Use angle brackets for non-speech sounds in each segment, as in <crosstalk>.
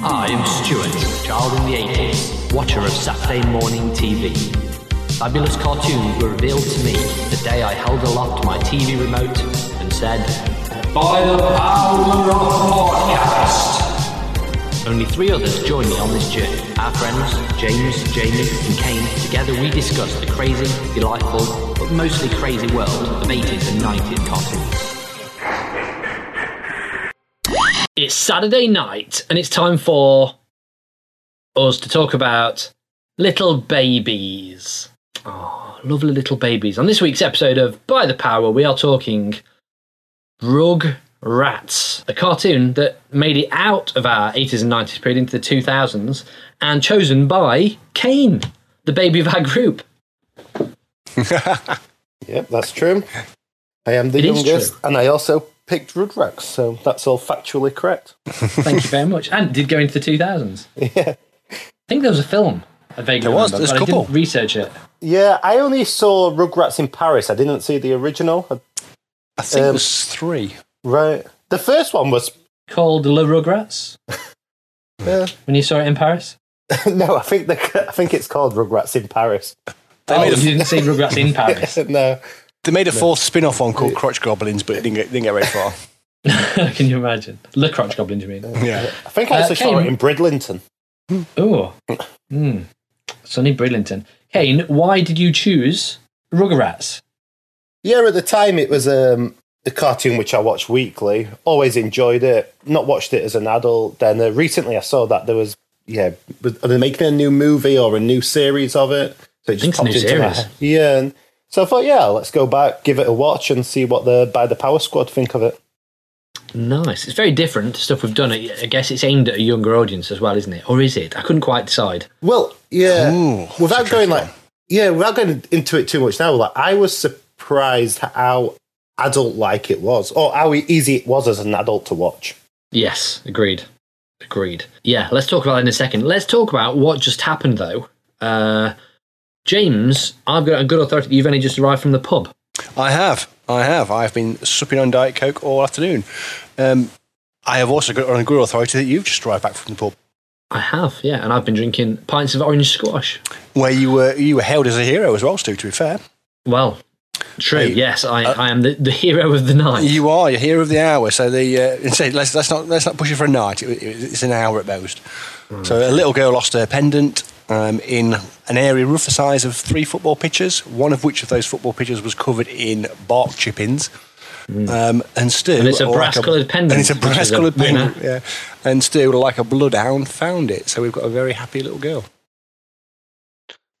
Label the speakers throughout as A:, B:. A: I am Stuart, child in the 80s, watcher of Saturday morning TV. Fabulous cartoons were revealed to me the day I held aloft my TV remote and said, By the power of podcast! Only three others joined me on this journey. Our friends, James, Jamie, and Kane, together we discussed the crazy, delightful, but mostly crazy world of 80s and 90s cartoons. It's Saturday night, and it's time for us to talk about little babies. Oh, lovely little babies. On this week's episode of By the Power, we are talking Rug Rats, a cartoon that made it out of our 80s and 90s period into the 2000s and chosen by Kane, the baby of our group.
B: <laughs>
C: Yep, that's true. I am the
A: It is
C: youngest,
A: true.
C: and I also picked Rudrax, so that's all factually correct. <laughs>
A: Thank you very much. And it did go into the 2000s.
C: Yeah.
A: I think there was a film. I vaguely
B: There was,
A: remember,
B: there's a
A: but I
B: couple.
A: didn't research it.
C: Yeah, I only saw Rugrats in Paris. I didn't see the original. I-
B: I think
C: Um,
B: it was three.
C: Right. The first one was.
A: Called Le Rugrats?
C: Yeah.
A: when you saw it in Paris?
C: <laughs> no, I think the, I think it's called Rugrats in Paris.
B: They,
A: oh, you
B: made, a, <laughs>
A: didn't see Rugrats in Paris. <laughs>
C: <laughs> no.
B: they made a fourth spin off one called Crotch Goblins, but it didn't get, didn't get very far.
A: Can you imagine? Le Crotch Goblin, do you mean?
B: <laughs> yeah.
C: I think I
A: Uh,
C: actually saw
A: Kane.
C: it in Bridlington.
A: Oh. Mm. Sonny Bridlington. Kane, why did you choose Rugrats?
C: Yeah, at the time it was um, a cartoon which I watched weekly. Always enjoyed it. Not watched it as an adult. Then uh, recently I saw that there was yeah, was- are they making a new movie or a new series of it? So it
A: think it's a new
C: into my
A: series.
C: head. Yeah, and so I thought yeah, let's go back, give it a watch, and see what the by the Power Squad think of it.
A: Nice. It's very different to stuff we've done. I I guess it's aimed at a younger audience as well, isn't it? Or is it? I couldn't quite decide.
C: Well, yeah,
B: Ooh,
C: without
B: that's interesting.
C: going like yeah, without going into it too much now. Like I was surprised how adult like it was, or how easy it was as an adult to watch.
A: Yes, agreed. Agreed. Yeah, let's talk about that in a second. Let's talk about what just happened, though. Uh, James, I've got a good authority that you've only just arrived from the pub.
B: I have. I have. I've been supping on Diet Coke all afternoon. Um, I have also got on a good authority that you've just arrived back from the pub,
A: I have, yeah, and I've been drinking pints of orange squash.
B: where you were you were hailed as a hero as well, Stu, to be fair.
A: Well, true.
B: Hey, uh,
A: yes, I, I am the, the hero of the night.
B: You are, you're hero of the hour. So the uh, say, let's, let's, not, let's not push it for a night. It, it- it's an hour at most. So a little girl lost her pendant um, in an area rough the size of three football pitches, one of which of those football pitches was covered in bark chippings. Um, and Stu,
A: And it's a
B: or
A: brass-coloured pendant,
B: And it's a
A: which is a
B: brass coloured
A: winner.
B: pendant. Yeah. And Stu, like a bloodhound, found it. So we've got a very happy little girl.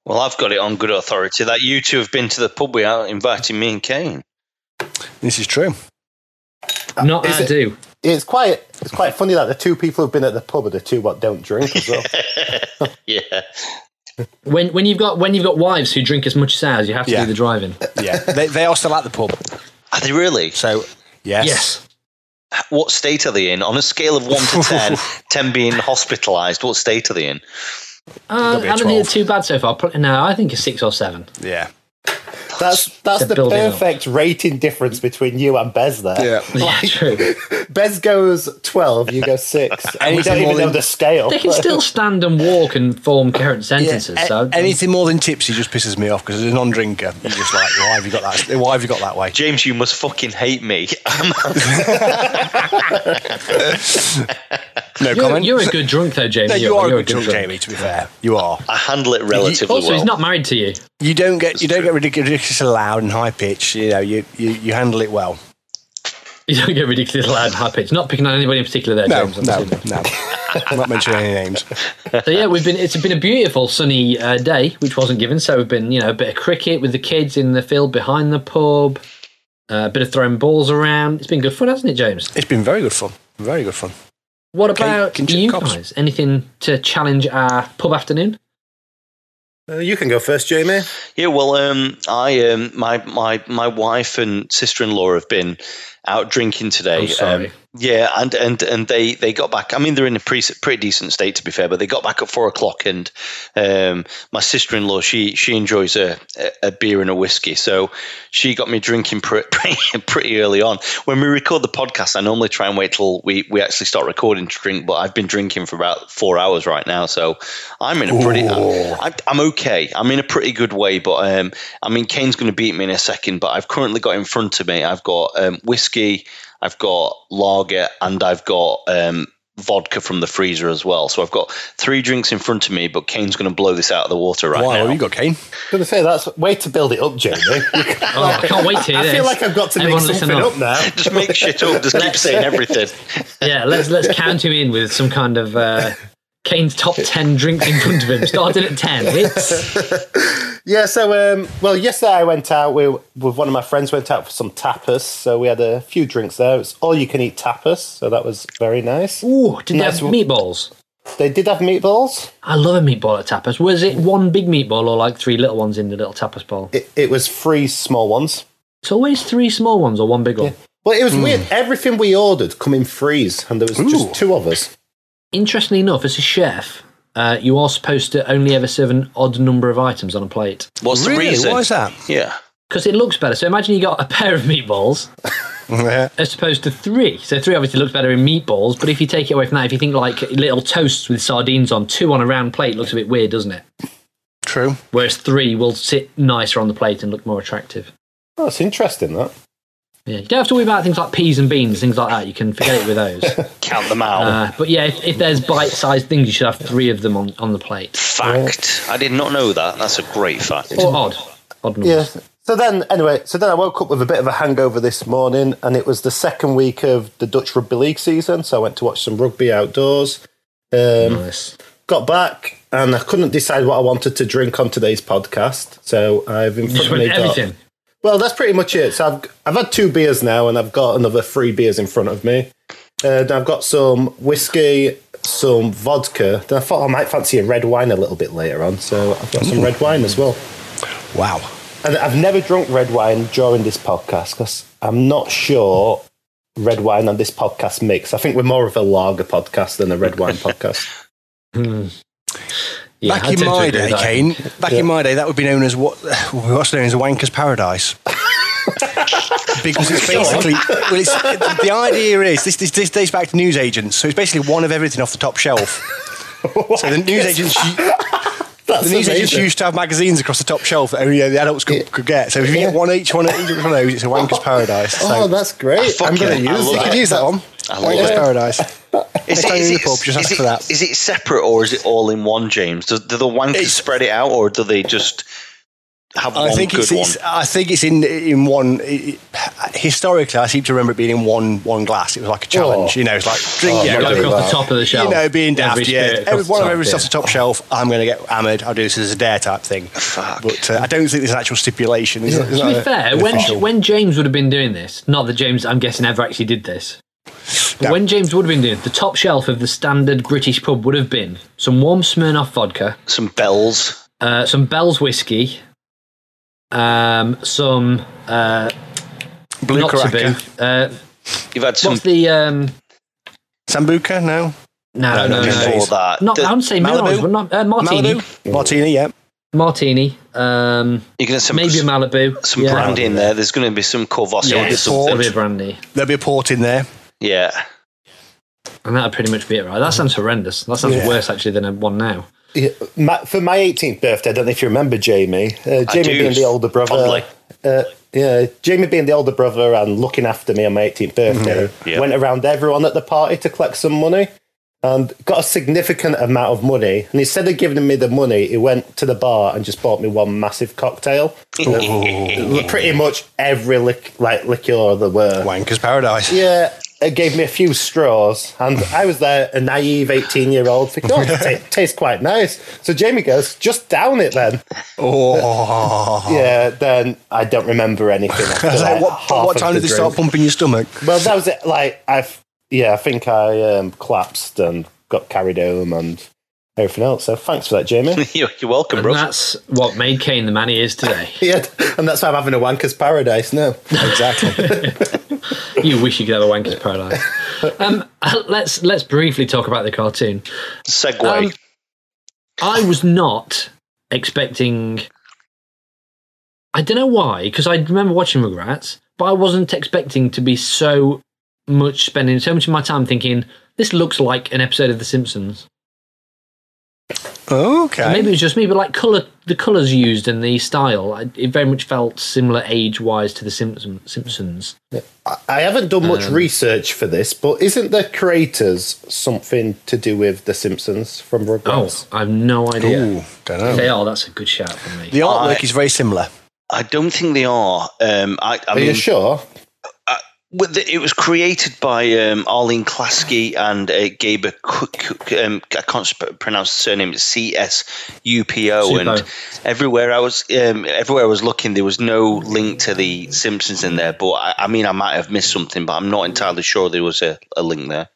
D: Well, I've got it on good authority that you two have been to the pub without inviting me and Kane.
B: This is true. uh,
A: Not
C: Is
A: I
C: it-
A: do.
C: It's quite it's quite funny that the two people who've been at the pub are the two what don't drink as <laughs> well.
D: yeah.
A: When when you've got when you've got wives who drink as much as ours, you have to
B: Yeah. Uh,
A: do the driving. <laughs>
B: Yeah. they, they are still at the pub.
D: Are they really?
B: So, yes.
A: Yes.
D: What state are they in? On a scale of 1 to 10, 10 being hospitalised, what state are they in?
A: Uh,
B: Gotta be a
A: I don't think
B: 12.
A: it's too bad so far. Pro- No, I think a six or
B: <laughs>
A: seven.
B: Yeah.
C: That's that's
A: They're
C: the
A: building up.
C: perfect rating difference between you and Bez there.
A: Yeah, true.
C: Bez goes twelve, you go <laughs> six. and we
B: Anything
C: don't even
B: more
C: know
B: than-
C: the scale.
A: They can still stand and walk and form coherent sentences.
B: Yeah, a-
A: so
B: anything more than tipsy just pisses me off because as a non-drinker, you're just like, why have you got that? Why have you got that way?
D: James, you must fucking hate me. <laughs>
B: No
A: you're,
B: comment.
A: you're a good drunk though, Jamie.
B: no, you
A: You're-
B: are a
A: you're
B: good drunk, Jamie. To be fair, you are.
D: I handle it relatively
A: Also,
D: well.
A: he's not married to you. <laughs>
B: You don't get you don't
D: true.
B: get ridic- ridiculously loud and high pitched. You know, you, you you handle it well.
A: You don't get ridiculously loud and high pitched. Not picking on anybody in particular there,
B: No,
A: James. I'm
B: no,
A: assuming.
B: no. I'm not mentioning any names.
A: So yeah, we've been. It's been a beautiful sunny uh, day, which wasn't given. So we've been, you know, a bit of cricket with the kids in the field behind the pub, uh, a bit of throwing balls around. It's been good fun, hasn't it, James?
B: <laughs> It's been very good fun. Very good fun.
A: What
B: Can-
A: about
B: can you
A: you
B: cops-
A: guys? Anything to challenge our pub afternoon?
C: Uh, you can go first, Jamie.
D: Yeah, well, um, I um, my my my wife and sister in law have been out drinking today.
C: Oh,
A: I'm Oh, sorry.
D: Um, Yeah, and and and they they got back. I mean, they're in a pretty pretty decent state to be fair, but they got back at four o'clock. And um, my sister in law, she she enjoys a, a a beer and a whiskey, so she got me drinking pre- <laughs> pretty pretty early on. When we record the podcast, I normally try and wait till we we actually start recording to drink, but I've been drinking for about four hours right now, so I'm in a pretty. I'm, I'm okay. I'm in a pretty good way, but um, I mean, Kane's going to beat me in a second. But I've currently got in front of me. I've got um, whiskey. I've got lager and I've got um, vodka from the freezer as well. So I've got three drinks in front of me, but Kane's going to blow this out of the water right
B: wow,
D: now.
B: you got Kane.
C: Gonna say that's way to build it up, Jamie.
A: <laughs> Oh, I can't wait to hear
C: I
A: this.
C: feel like I've got to make
A: Everyone listen
C: something up <laughs> now.
D: Just make shit up. Just
B: <laughs>
D: keep saying everything.
A: Yeah, let's let's count him in with some kind of
C: <laughs>
A: uh, Kane's top ten drinks in front of him, starting at ten. It's
C: Yeah, so um, well, yesterday I went out we, with one of my friends. Went out for some tapas, so we had a few drinks there. It's all you can eat tapas, so that was very nice.
A: ooh, did
C: Nice
A: they have
C: one.
A: meatballs?
C: They did have meatballs.
A: I love a meatball at tapas. Was it one big meatball or like three little ones in the little tapas bowl?
C: It, it was three small ones.
A: It's always three small ones or one big one.
C: Well, it was weird. Everything we ordered come in freeze, and there was
B: Ooh.
C: just two of us.
A: Interestingly enough, as a chef, uh, you are supposed to only ever serve an odd number of items on a plate
D: What's
B: really?
D: the reason?
B: Why is that?
D: Yeah.
A: because it looks better. So imagine you got a <laughs> pair of meatballs
B: Yeah.
A: as opposed to three. So three obviously looks better in meatballs, but if you take it away from that, if you think like little toasts with sardines on, two on a round plate looks a bit weird, doesn't it?
B: <laughs> True.
A: Whereas three will sit nicer on the plate and look more attractive.
C: Oh, that's interesting. That
A: Yeah, you don't have to worry about things like peas and beans, things like that. You can forget it with those.
D: Count them out.
A: Uh, but yeah, if, if there's bite-sized things, you should have three of them on, on the plate.
D: fact. I did not know that. That's a great fact.
A: Or odd, odd numbers.
C: yeah. So then, anyway, so then I woke up with a bit of a hangover this morning, and it was the second week of the Dutch rugby league season. So I went to watch some rugby outdoors. Um,
A: Nice.
C: got back and I couldn't decide what I wanted to drink on today's podcast. So I've in
A: Just
C: front
A: went
C: of me got-
A: everything.
C: well, that's pretty much it. So I've I've had two beers now, and I've got another three beers in front of me. And I've got some whiskey, some vodka. Then I thought I might fancy a red wine a little bit later on, so I've got some red wine as well.
B: Wow.
C: And I've never drunk red wine during this podcast because I'm not sure red wine on this podcast mix. I think we're more of a lager podcast than a red wine <laughs> podcast.
A: Yeah, I
B: back in
A: tend to
B: my
A: agree
B: day,
A: with that.
B: Kane. Back in my day, that would be known as what what's known as a wanker's paradise. because it's basically well, it's, the idea is this, this this dates back to newsagents, so it's basically one of everything off the top shelf. so the newsagents. u-
C: That's
B: The newsagents
C: amazing.
B: used to have magazines across the top shelf that only uh, the adults could, could get. So if you
C: Yeah.
B: get one each, one each one of those, it's a wanker's paradise. So
C: Oh, that's
D: I
C: great! I'm
D: fucking-
C: going to
D: I
C: use
D: love
B: you
C: that.
B: could use that one.
D: I love
B: Wanker's
D: it.
B: paradise.
D: Is
B: Next time you're in the pub, just
D: is
B: ask
D: it-
B: for that.
D: is it separate or is it all in one, James? Do, do the wankers
B: It's-
D: spread it out or do they just have
B: I
D: one
B: think
D: good
B: it's,
D: one?
B: it's I think it's in in one. It, it- historically, I seem to remember it being in one one glass. It was like a challenge.
C: Oh.
B: You know, it's like drink
C: Oh,
B: yeah,
C: my
A: Go
C: God.
B: everything.
A: across
C: Wow.
A: the top of the shelf.
B: You know, being daft, yeah.
A: spirit across
B: Every,
A: the
B: one of
A: top,
B: every
A: yeah.
B: stuff off the top shelf. I'm going to get hammered. I'll do this as a dare type thing.
D: Fuck.
B: But uh, I don't think there's an actual stipulation. Is
A: To be fair, when, when James would have been doing this, not that James, I'm guessing, ever actually did this, but
B: No.
A: when James would have been doing it, the top shelf of the standard British pub would have been some warm Smirnoff vodka,
D: Some bells.
A: uh, some Bell's whiskey, um, some uh,
B: blue
A: not to
B: Karaka.
A: be. Uh,
D: You've had some
A: what's the um,
B: sambuca, no
A: no, no,
B: No,
A: no,
B: no, no.
D: before that.
A: not
D: The-
A: I would say
B: Malibu?
A: Malibu, but not uh, martini,
B: Malibu martini, yeah.
A: martini, um,
D: you're going to some,
A: maybe a Malibu,
D: some
A: yeah.
D: brandy in there. There's going to be some Corvossi
A: Yeah,
D: or
A: it'll be
D: something.
A: a brandy.
B: There'll be a port in there.
D: Yeah. <laughs>
A: And that'd pretty much be it, right? That sounds horrendous. That sounds
B: Yeah.
A: worse actually than a one now.
C: Yeah, my, for my 18th birthday, I don't know if you remember Jamie. Uh,
D: I
C: Jamie
D: do,
C: being the older brother.
D: fondly.
C: Uh, yeah, Jamie being the older brother and looking after me on my 18th birthday.
D: Mm-hmm. Yeah.
C: Went around everyone at the party to collect some money and got a significant amount of money. And instead of giving me the money, he went to the bar and just bought me one massive cocktail. Uh, Pretty much every lic- like liqueur there were.
B: Wanker's paradise.
C: Yeah, it gave me a few straws, and I was there, a naive 18 year old, thinking,
B: <laughs>
C: oh, it ta- tastes quite nice. So Jamie goes, just down it then.
B: Oh.
C: Yeah, then I don't
B: <laughs>
C: remember anything. After,
B: I was like,
C: like,
B: what,
C: half
B: what
C: of
B: time
C: the
B: did they start
C: drink.
B: pumping your stomach?
C: Well, that was it. Like, I've, yeah, I think I um, collapsed and got carried home and everything else. So thanks for
B: <laughs>
C: that, Jamie. <laughs>
D: You're, you're welcome,
A: And
D: bro.
A: that's what made Kane the man he is today.
C: yeah, and that's why I'm having a wanker's paradise now.
B: Exactly.
A: you wish you could have a wanker's paradise. Um, <laughs> let's let's briefly talk about the cartoon.
D: Segway.
A: Um, I was not expecting. I don't know why, because I remember watching Rugrats, but I wasn't expecting to be so much spending so much of my time thinking this looks like an episode of The Simpsons.
B: Okay.
A: Maybe it was just me, but like color, the colors used and the style, I- it very much felt similar age-wise to The Simpson, Simpsons.
C: I- I haven't done much research for this, but isn't the creators something to do with The Simpsons from
A: Oh,
C: Rugrats?
A: I have no idea.
B: Ooh, don't know.
A: They are. That's a good shout for me.
B: The artwork
D: I-
B: is very similar.
D: I don't think they are. Um, I, I
C: Are you
D: mean,
C: sure?
D: with the- it was created by um, Arlene Klasky and uh, Gaber. Cook, Cook- um, I can't sp- pronounce the surname. It's C S U P O. And
A: Supo.
D: everywhere I was, um, everywhere I was looking, there was no link to the Simpsons in there. But I, I mean, I might have missed something, but I'm not entirely sure there was a, a link there.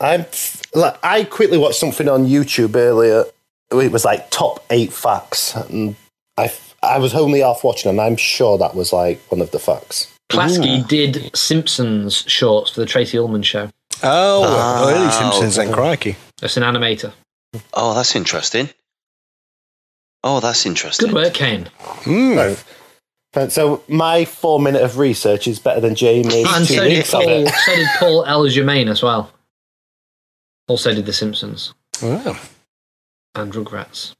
C: I'm f- like I quickly watched something on YouTube earlier. It was like top eight facts, and I f- I was only half watching, and I'm sure that was like one of the facts.
A: Klasky did Simpsons shorts for the Tracy Ullman show.
B: Oh,
D: Ah,
B: early Simpsons and crikey.
A: That's an animator.
D: Oh, that's interesting. Oh, that's interesting.
A: Good work, Kane.
B: Hmm.
C: So, and so my four minute of research is better than Jamie's
A: And
C: two
A: so did
C: weeks of
A: Paul.
C: it.
A: so did Paul L. Germain as well. Also did The Simpsons
B: Wow.
A: and Rugrats.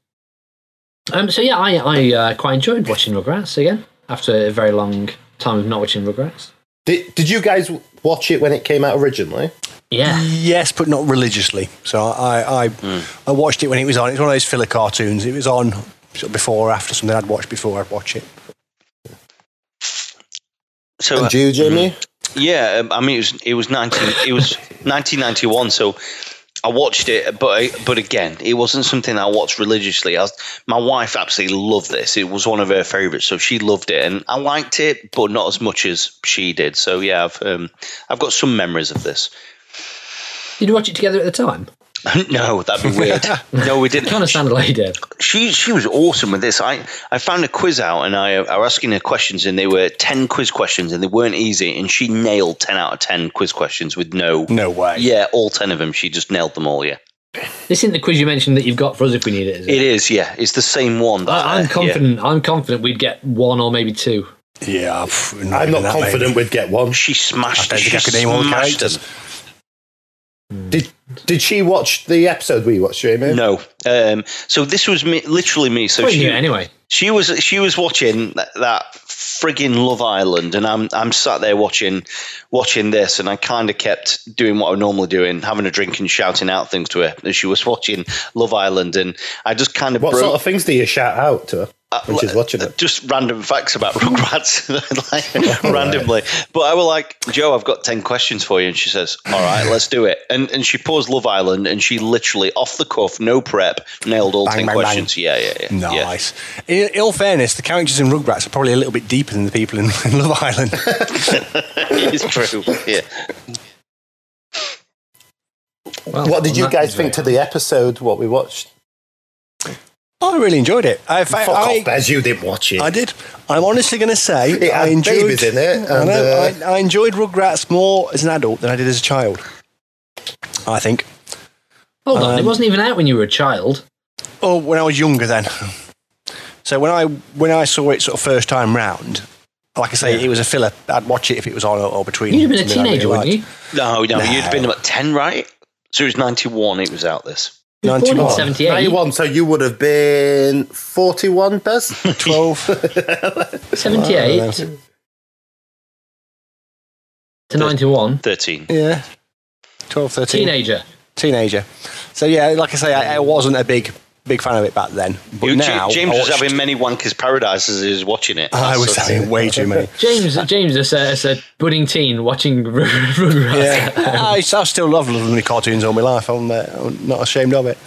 A: Um, so yeah, I I uh, quite enjoyed watching Rugrats again after a very long time of not watching Rugrats.
C: Did, did you guys watch it when it came out originally?
A: Yeah,
B: Yes, but not religiously. So I, I, I watched it when it was on. It's one of those filler cartoons. It was on sort of before or after something I'd watched before I'd watch it.
D: So, uh,
C: And you, Jamie?
D: Yeah, um, I mean it was it was nineteen it was nineteen ninety one. So I watched it, but I- but again, it wasn't something I watched religiously. I was, my wife absolutely loved this. It was one of her favorites, so she loved it, and I liked it, but not as much as she did. So yeah, I've um, I've got some memories of this. <laughs>
A: did you watch it together at the time?
D: no, that'd be weird. no, we didn't.
A: Kind of sounded like you did.
D: she she was awesome with this. I, I found a quiz out and I, I were asking her questions and they were ten quiz questions and they weren't easy and she nailed ten out of ten quiz questions with no
B: No way.
D: Yeah, all ten of them. She just nailed them all. Yeah,
A: This isn't the quiz you mentioned that you've got for us if we need it. Is it?
D: it is. Yeah, it's the same one. That,
A: I, I'm
D: uh,
A: confident. I'm confident we'd get one or maybe two.
B: Yeah, pff,
C: I'm
B: even
C: not
B: that,
C: confident
B: maybe.
C: we'd get one.
D: yeah. She smashed.
B: I don't
D: she
B: think I could name all the
D: smashed
B: characters.
D: them.
C: Did did she watch the episode we watched, Jamie?
D: No. Um, so this was me, literally me. So
A: Well,
D: she
A: yeah, anyway.
D: she was she was watching that, that friggin' Love Island, and I'm I'm sat there watching watching this, and I kind of kept doing what I'm normally doing, having a drink and shouting out things to her as she was watching Love Island, and I just kind of
C: What
D: broke.
C: sort of things do you shout out to her when she's watching it?
D: just random facts about <laughs> Rugrats, like, randomly. But I was like, Joe, I've got 10 questions for you. And she says, All right, let's do it. And and she paused Love Island and she literally, off the cuff, no prep, nailed all
B: Bang,
D: 10
B: bang,
D: questions.
B: bang.
D: Yeah, yeah, yeah. yeah.
B: Nice. In, in all fairness, the characters in Rugrats are probably a little bit deeper than the people in, in Love <laughs> Island.
D: <laughs> it's true. Yeah.
A: uh, Well,
C: What did
A: on
C: you
A: that
C: guys
A: is
C: think
A: very-
C: to the episode? What we watched?
B: I really enjoyed it. I, I,
C: Fuck
B: I,
C: off, Bez. You didn't watch it.
B: I did. I'm honestly going to say
C: It
B: I
C: had
B: enjoyed.
C: babies in it,
B: I,
C: and, uh,
B: know, I, I enjoyed Rugrats more as an adult than I did as a child. I think.
A: Hold on, it
B: Um,
A: wasn't even out when you were a child.
B: Oh, when I was younger then. So when I when I saw it sort of first time round, like I say, it was a filler. I'd watch it if it was on or, or between.
A: You'd have been a
B: something I really
A: teenager, wouldn't
B: liked.
A: you?
D: No, no, you'd
B: No.
D: been about 10, right? So it was 91, it was out this.
A: You were born in
B: 91.
A: 78.
C: 91, so you would have been 41, Bez?
B: <laughs> 12.
A: 78 to 91.
D: 13.
B: yeah. 12, 13.
A: Teenager.
B: Teenager. So yeah, like I say, I, I wasn't a big big fan of it back then. But
D: You- Ja-
B: now
D: James
B: I
D: was
B: watched-
D: having many Wankers Paradise as he was watching it.
B: I was
D: That's-
B: having way too many.
A: James, James is a, is a budding teen watching <laughs> Rug- Rugrats.
B: Yeah, <laughs> I, I still love lovely cartoons all my life. I'm, uh, I'm not ashamed of it.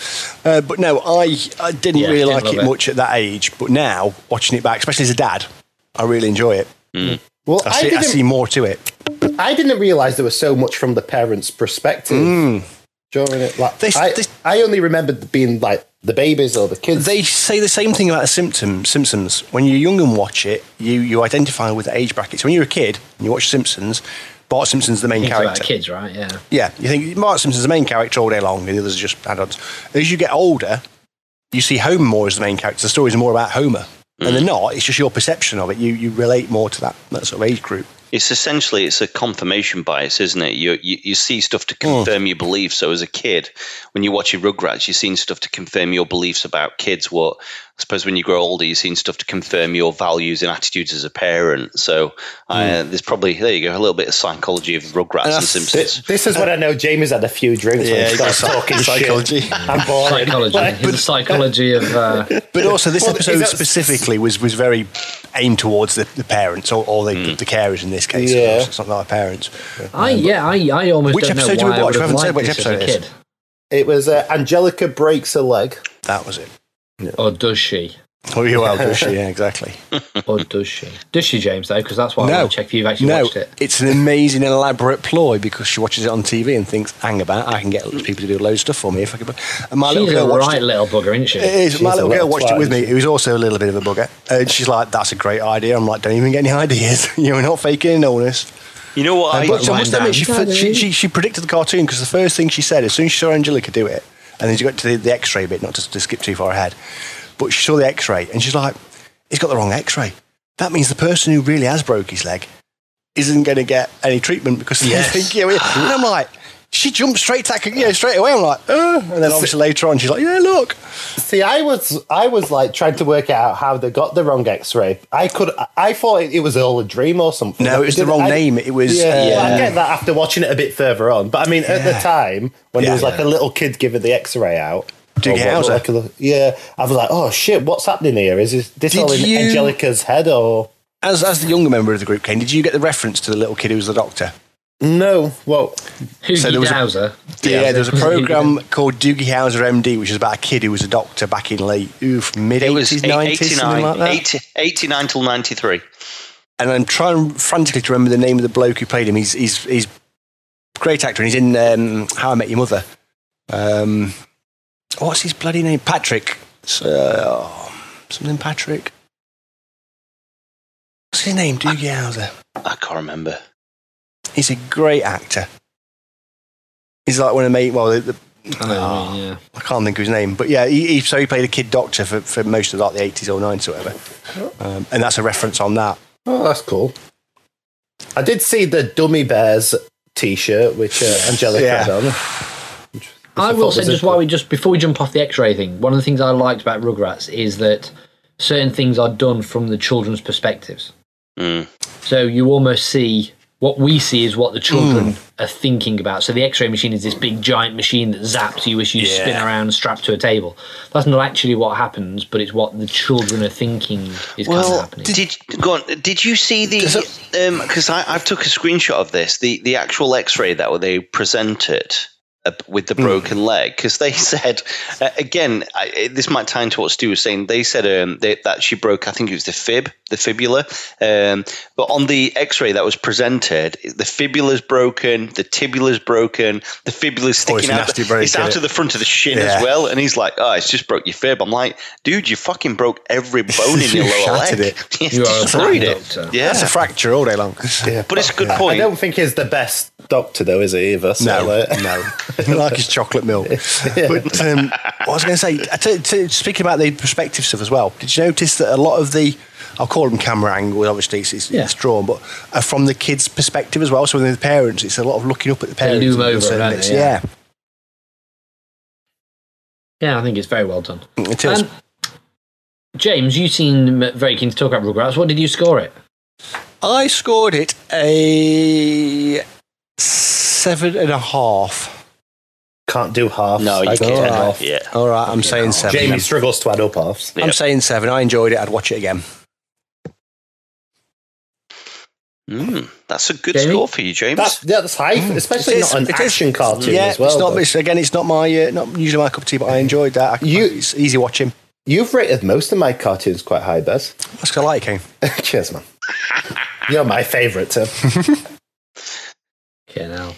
B: Uh, but no, I, I didn't
A: Yeah,
B: really
A: didn't
B: like
A: love
B: it,
A: it.
B: much at that age. But now, watching it back, especially as a dad, I really enjoy it.
C: Well,
B: I
C: I,
B: see, I,
C: didn't,
B: see more to it.
C: I didn't realize there was so much from the parents' perspective during it. Like,
B: They-
C: I,
B: they-
C: I only remembered being like the babies or the kids.
B: They say the same thing about the symptom, Simpsons. When you're young and watch it, you, you identify with the age brackets. When you're a kid and you watch Simpsons, Bart Simpson's the main
A: It's about
B: character.
A: kids, right? Yeah.
B: Yeah, you think Mark Simpson's the main character all day long, and the others are just add-ons. As you get older, you see Homer more as the main character. The stories are more about Homer, and
C: Mm.
B: they're not. It's just your perception of it. You you relate more to that that sort of age group.
D: It's essentially it's a confirmation bias, isn't it? You you, you see stuff to
B: Oh.
D: confirm your beliefs. So as a kid, when you're watching Rugrats, you're seeing stuff to confirm your beliefs about kids. What I suppose when you grow older, you're seeing stuff to confirm your values and attitudes as a parent. So uh, there's probably there you go a little bit of psychology of Rugrats and,
B: Hmm. that's
D: Simpsons.
C: This, this is when I know Jamie's had a few drinks yeah, and he's got talking shit. <laughs> I'm boring.
A: Psychology.
C: <laughs> Like,
A: It's the psychology of. Uh,
B: But also, this
C: Well, is
B: episode
C: that-
B: specifically was was very aimed towards the, the parents or, or the, the carers in this case.
C: Mm. Yeah.
B: It's not like parents.
A: I yeah, I, I almost
B: Um, Which
A: don't know
B: episode did we
A: why I would
B: watch?
A: have
B: We haven't said
A: liked
B: which
A: this as a
B: episode it is.
A: kid.
C: it was uh, Angelica breaks a leg.
B: That was it.
A: Or does she?
B: Oh, you are,
C: <laughs>
B: does she? Yeah, exactly.
A: Or does she? Does she, James? Though, because that's why I
B: No.
A: want to check if you've actually
B: no,
A: watched it.
B: it's an amazing and elaborate ploy because she watches it on TV and thinks, "Hang about, I can get people to do loads of stuff for me if I could." And my
A: She's
B: little
A: a
B: girl watched
A: right
B: it.
A: little bugger, isn't she?
B: It is.
C: She's
B: My
C: a
B: little
C: little
B: girl watched
C: twat,
B: it with me,
C: isn't
B: who's also a little bit of a bugger, and she's like, "That's a great idea." I'm like, "Don't even get any ideas. <laughs> You're not faking an illness."
D: You know what? I,
B: But I
A: Wind
B: must
A: down.
B: admit, she, f- she, she, she predicted the cartoon because the first thing she said, as soon as she saw Angelica do it, and then she got to the, the x ray bit, not to, to skip too far ahead, but she saw the x ray and she's like, he's got the wrong x ray. That means the person who really has broke his leg isn't going to get any treatment because they
A: Yes.
B: think, <sighs> yeah, we- and I'm like, she jumped straight to that, con- yeah, straight away. I'm like, oh. And then obviously later on, she's like, yeah, look.
C: See, I was I was like trying to work out how they got the wrong X-ray. I could I thought it, it was all a dream or something.
B: No, it was the
C: Did-
B: wrong
C: I-
B: name. It was,
C: Yeah,
B: uh,
C: well, I get that after watching it a bit further on. But I mean, at the
B: Yeah.
C: time when
B: Yeah.
C: there was like a little kid giving the X-ray out.
B: Doogie
C: or what-
B: Howser.
C: like a- yeah, I was like, oh shit, what's happening here? Is this, this
B: Did
C: all in
B: you-
C: Angelica's head or
B: as, as the younger member of the group came, did you get the reference to the little kid who was the doctor?
C: no? Well,
A: Who
B: So there was a-
A: Dowser?
B: Yeah, there was a
A: Doogie
B: program called Doogie Howser MD, which was about a kid who was a doctor back in late oof mid
D: it was
B: eighties, nineties, something like
D: 89,
B: that.
D: 80, 89 till 93.
B: And I'm trying frantically to remember the name of the bloke who played him. He's he's he's a great actor, and he's in um, How I Met Your Mother. Um, what's his bloody name? Patrick. It's, uh, oh, something Patrick. What's his name? Doogie Howser.
D: I can't remember.
B: He's a great actor. He's like one of my well. The, the,
A: I
B: Ah.
A: mean, yeah.
B: I can't think of his name, but yeah, he, he, so he played a kid doctor for, for most of like the eighties or nineties or whatever, um, and that's a reference on that.
C: oh, that's cool. I did see the Dummy Bears T-shirt which uh, Angelica
B: Yeah.
C: had on.
A: I
C: I
A: will
C: thought
A: say
C: was
A: just
C: a-
A: while we just before we jump off the X-ray thing, one of the things I liked about Rugrats is that certain things are done from the children's perspectives.
D: Mm.
A: So you almost see what we see is what the children are thinking about. So the X-ray machine is this big giant machine that zaps you as you spin
B: Yeah.
A: around, strapped to a table. That's not actually what happens, but it's what the children are thinking is kind of
D: Well,
A: happening.
D: did go on? Did you see the? Because I I took a screenshot of this, the the actual X-ray that they presented uh, with
B: Hmm.
D: the broken leg, because they <laughs> said uh, again, I, it- this might tie into what Stu was saying. They said um, they, that she broke, I think it was the fib, the fibula. Um, but on the X-ray that was presented, the fibula's broken, the tibula's broken, the fibula's
B: Oh, it's
D: sticking
B: a
D: out.
B: nasty break,
D: it's
B: isn't
D: out
B: it?
D: of the front of the shin
B: Yeah.
D: as well, and he's like, "Oh, it's just broke your fib." I'm like, "Dude, you fucking broke
B: <laughs>
D: every bone in your
B: You
D: lower
B: shattered
D: leg." <laughs>
B: it.
D: He's
A: You are a
D: destroyed
A: bad
D: it.
A: doctor.
D: Yeah,
B: That's a fracture all day long.
C: Yeah,
D: but it's a good
C: I
D: point.
C: don't think he's the best doctor though, is he either? So,
B: No,
C: uh,
B: no, <laughs> like his chocolate milk. But um, what I was going to say, I t- t- speaking about the perspective stuff as well. Did you notice that a lot of the, I'll call them camera angles. Obviously, it's, it's,
A: Yeah.
B: it's drawn, but are from the kids' perspective as well. So with the parents, it's a lot of looking up at the parents.
A: loom
B: and
A: over,
B: certain
A: don't
B: bits.
A: they?
B: yeah.
A: yeah, I think it's very well done.
B: it is.
A: Um, James, you seem very keen to talk about Rugrats. What did you score it?
B: I scored it a seven and a half.
C: <laughs> can't do half.
D: No, you
B: All
D: can't.
B: right.
D: Yeah.
B: All right, I'm saying seven.
C: Jamie struggles to add up halves.
B: I'm saying seven. I enjoyed it. I'd watch it again.
D: Mm, that's a good
A: Jamie?
D: score for you, James.
C: That's yeah, that's high, especially
B: It
C: not
B: is,
C: an
B: it is.
C: action cartoon
B: yeah,
C: as well.
B: it's not.
C: though.
B: It's, again, it's not my uh, not usually my cup of tea, but I enjoyed that. I,
C: You-
B: you, it's easy watching.
C: You've rated most of my cartoons quite high, Bez.
B: That's 'cause I like him.
C: <laughs> Cheers, <laughs> man. You're my favourite, Tim.
A: Okay, <laughs> now.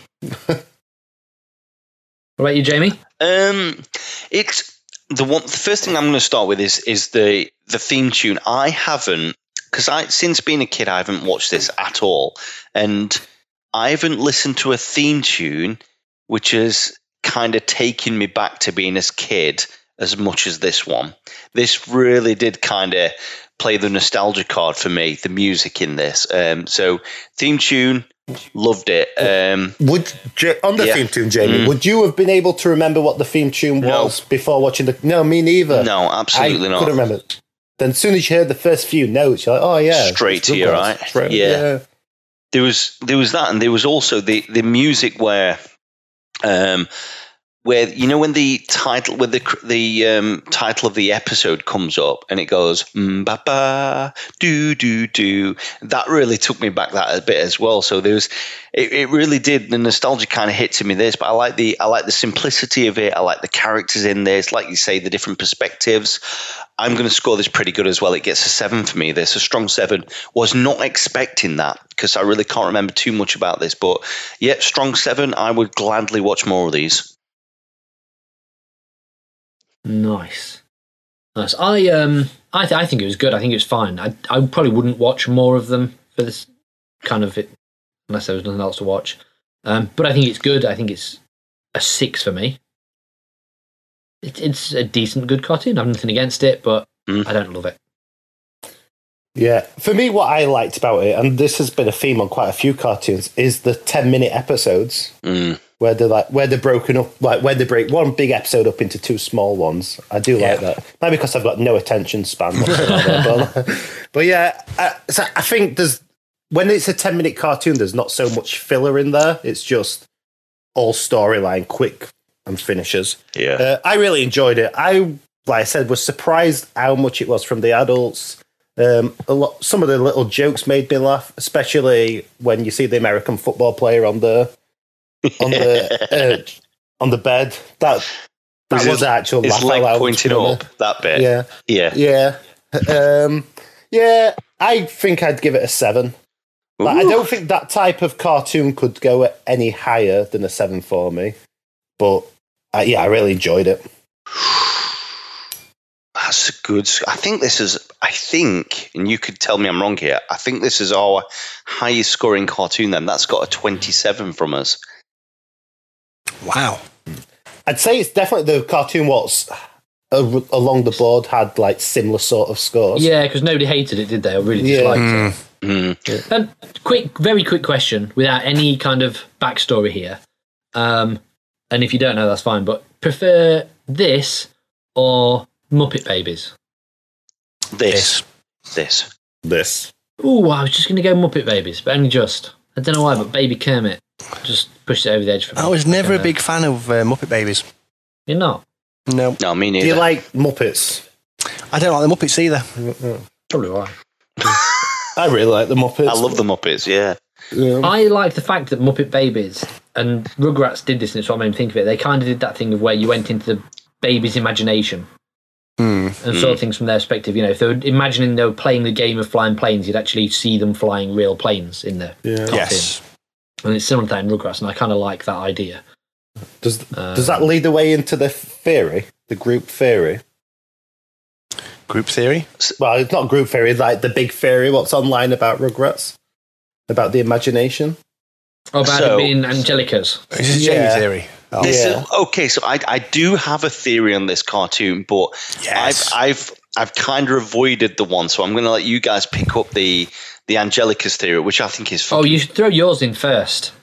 A: what about you, Jamie?
D: um, it's the one the first thing I'm going to start with is is the the theme tune. I haven't because I since being a kid I haven't watched this at all, and I haven't listened to a theme tune which has kind of taken me back to being as kid as much as this one. This really did kind of play the nostalgia card for me. The music in this, um, so theme tune, loved it. Um,
C: Would Ja- on the
D: Yeah. Mm.
C: theme tune, Jamie? Would you have been able to remember what the theme tune
D: No.
C: was before watching the? No, me neither.
D: no, absolutely
C: I
D: not.
C: couldn't remember. Then, as soon as you heard the first few notes, you're like, "Oh yeah,
D: Straight
C: it's
D: to
C: good
D: your
C: ones.
D: eye.
C: Straight-
D: Yeah. there was there was that, and there was also the the music where, um, where you know when the title when the cr- the um, title of the episode comes up and it goes "Mm, ba ba do do do that really took me back that a bit as well. So there was it, it really did the nostalgia kind of hits in me this, but I like the I like the simplicity of it. I like the characters in this, like you say, the different perspectives. I'm going to score this pretty good as well. It gets a seven for me. This a strong seven. Was not expecting that because I really can't remember too much about this, but yeah, strong seven. I would gladly watch more of these.
A: Nice, nice. I um, I th- I think it was good. I think it was fine. I I probably wouldn't watch more of them for this kind of it, unless there was nothing else to watch. Um, but I think it's good. I think it's a six for me. It, it's a decent, good cartoon. I've nothing against it, but
D: Mm.
A: I don't love it.
C: Yeah. For me, what I liked about it, and this has been a theme on quite a few cartoons, is the ten-minute episodes
D: Mm.
C: where they're like where they're broken up, like where they break one big episode up into two small ones. I do like that, not because I've got no attention span whatsoever, but, but yeah. I, so I think there's when it's a ten-minute cartoon, there's not so much filler in there. It's just all storyline, quick and finishes.
D: Yeah.
C: Uh, I really enjoyed it. I, like I said, was surprised how much it was from the adults. Um, a lot, some of the little jokes made me laugh, especially when you see the American football player on the on
D: <laughs>
C: the uh, on the bed. That that was,
D: his-
C: an actual
D: his
C: laugh out
D: leg
C: loud
D: pointing
C: moment.
D: up that bit.
C: Yeah,
D: Yeah.
C: yeah, um, yeah. I think I'd give it a seven. Like, I
D: Ooh.
C: don't think that type of cartoon could go any higher than a seven for me. But uh, yeah, I really enjoyed it.
D: That's a good. s- I think this is. I think, and you could tell me I'm wrong here. I think this is our highest scoring cartoon. Then that's got a 27 from us.
B: Wow.
C: I'd say it's definitely the cartoon what's a- along the board had like similar sort of scores.
A: Yeah, because nobody hated it, did they? Or really
C: Yeah.
A: disliked it.
C: Hmm.
D: Mm.
A: Um, quick, very quick question without any kind of backstory here. Um, and if you don't know, that's fine. But prefer this or Muppet Babies?
D: This. This.
C: This.
A: Ooh, I was just going to go Muppet Babies, but only just. I don't know why, but Baby Kermit just pushed it over the edge for me.
B: I was never a
A: don't know.
B: big fan of uh, Muppet Babies.
A: You're not.
B: No,
D: No, me neither.
C: Do you like Muppets?
B: I don't like the Muppets either.
A: Probably why.
C: I really like the Muppets.
D: I love the Muppets. Yeah.
C: Yeah.
A: I like the fact that Muppet Babies and Rugrats did this, and it's what made me think of it. They kind of did that thing of where you went into the baby's imagination
D: Hmm,
A: and saw things from their perspective. You know, if they were imagining they were playing the game of flying planes, you'd actually see them flying real planes in there.
C: Yeah.
B: Yes.
A: And it's similar to that in Rugrats, and I kind of like that idea.
C: Does does
A: Um,
C: that lead the way into the theory, the group theory?
B: Group theory.
C: Well, it's not group theory, like the big theory. What's online about Rugrats? About the imagination.
A: Oh, about
D: So-
A: it being Angelica's.
B: Is this
C: Yeah.
B: Jamie theory? Oh,
D: This
C: Yeah.
D: is, okay, so I, I do have a theory on this cartoon, but
B: Yes.
D: I've I've I've kind of avoided the one, so I'm going to let you guys pick up the the Angelica's theory, which I think is. Fun.
A: Oh, you should throw yours in first.
C: Oh.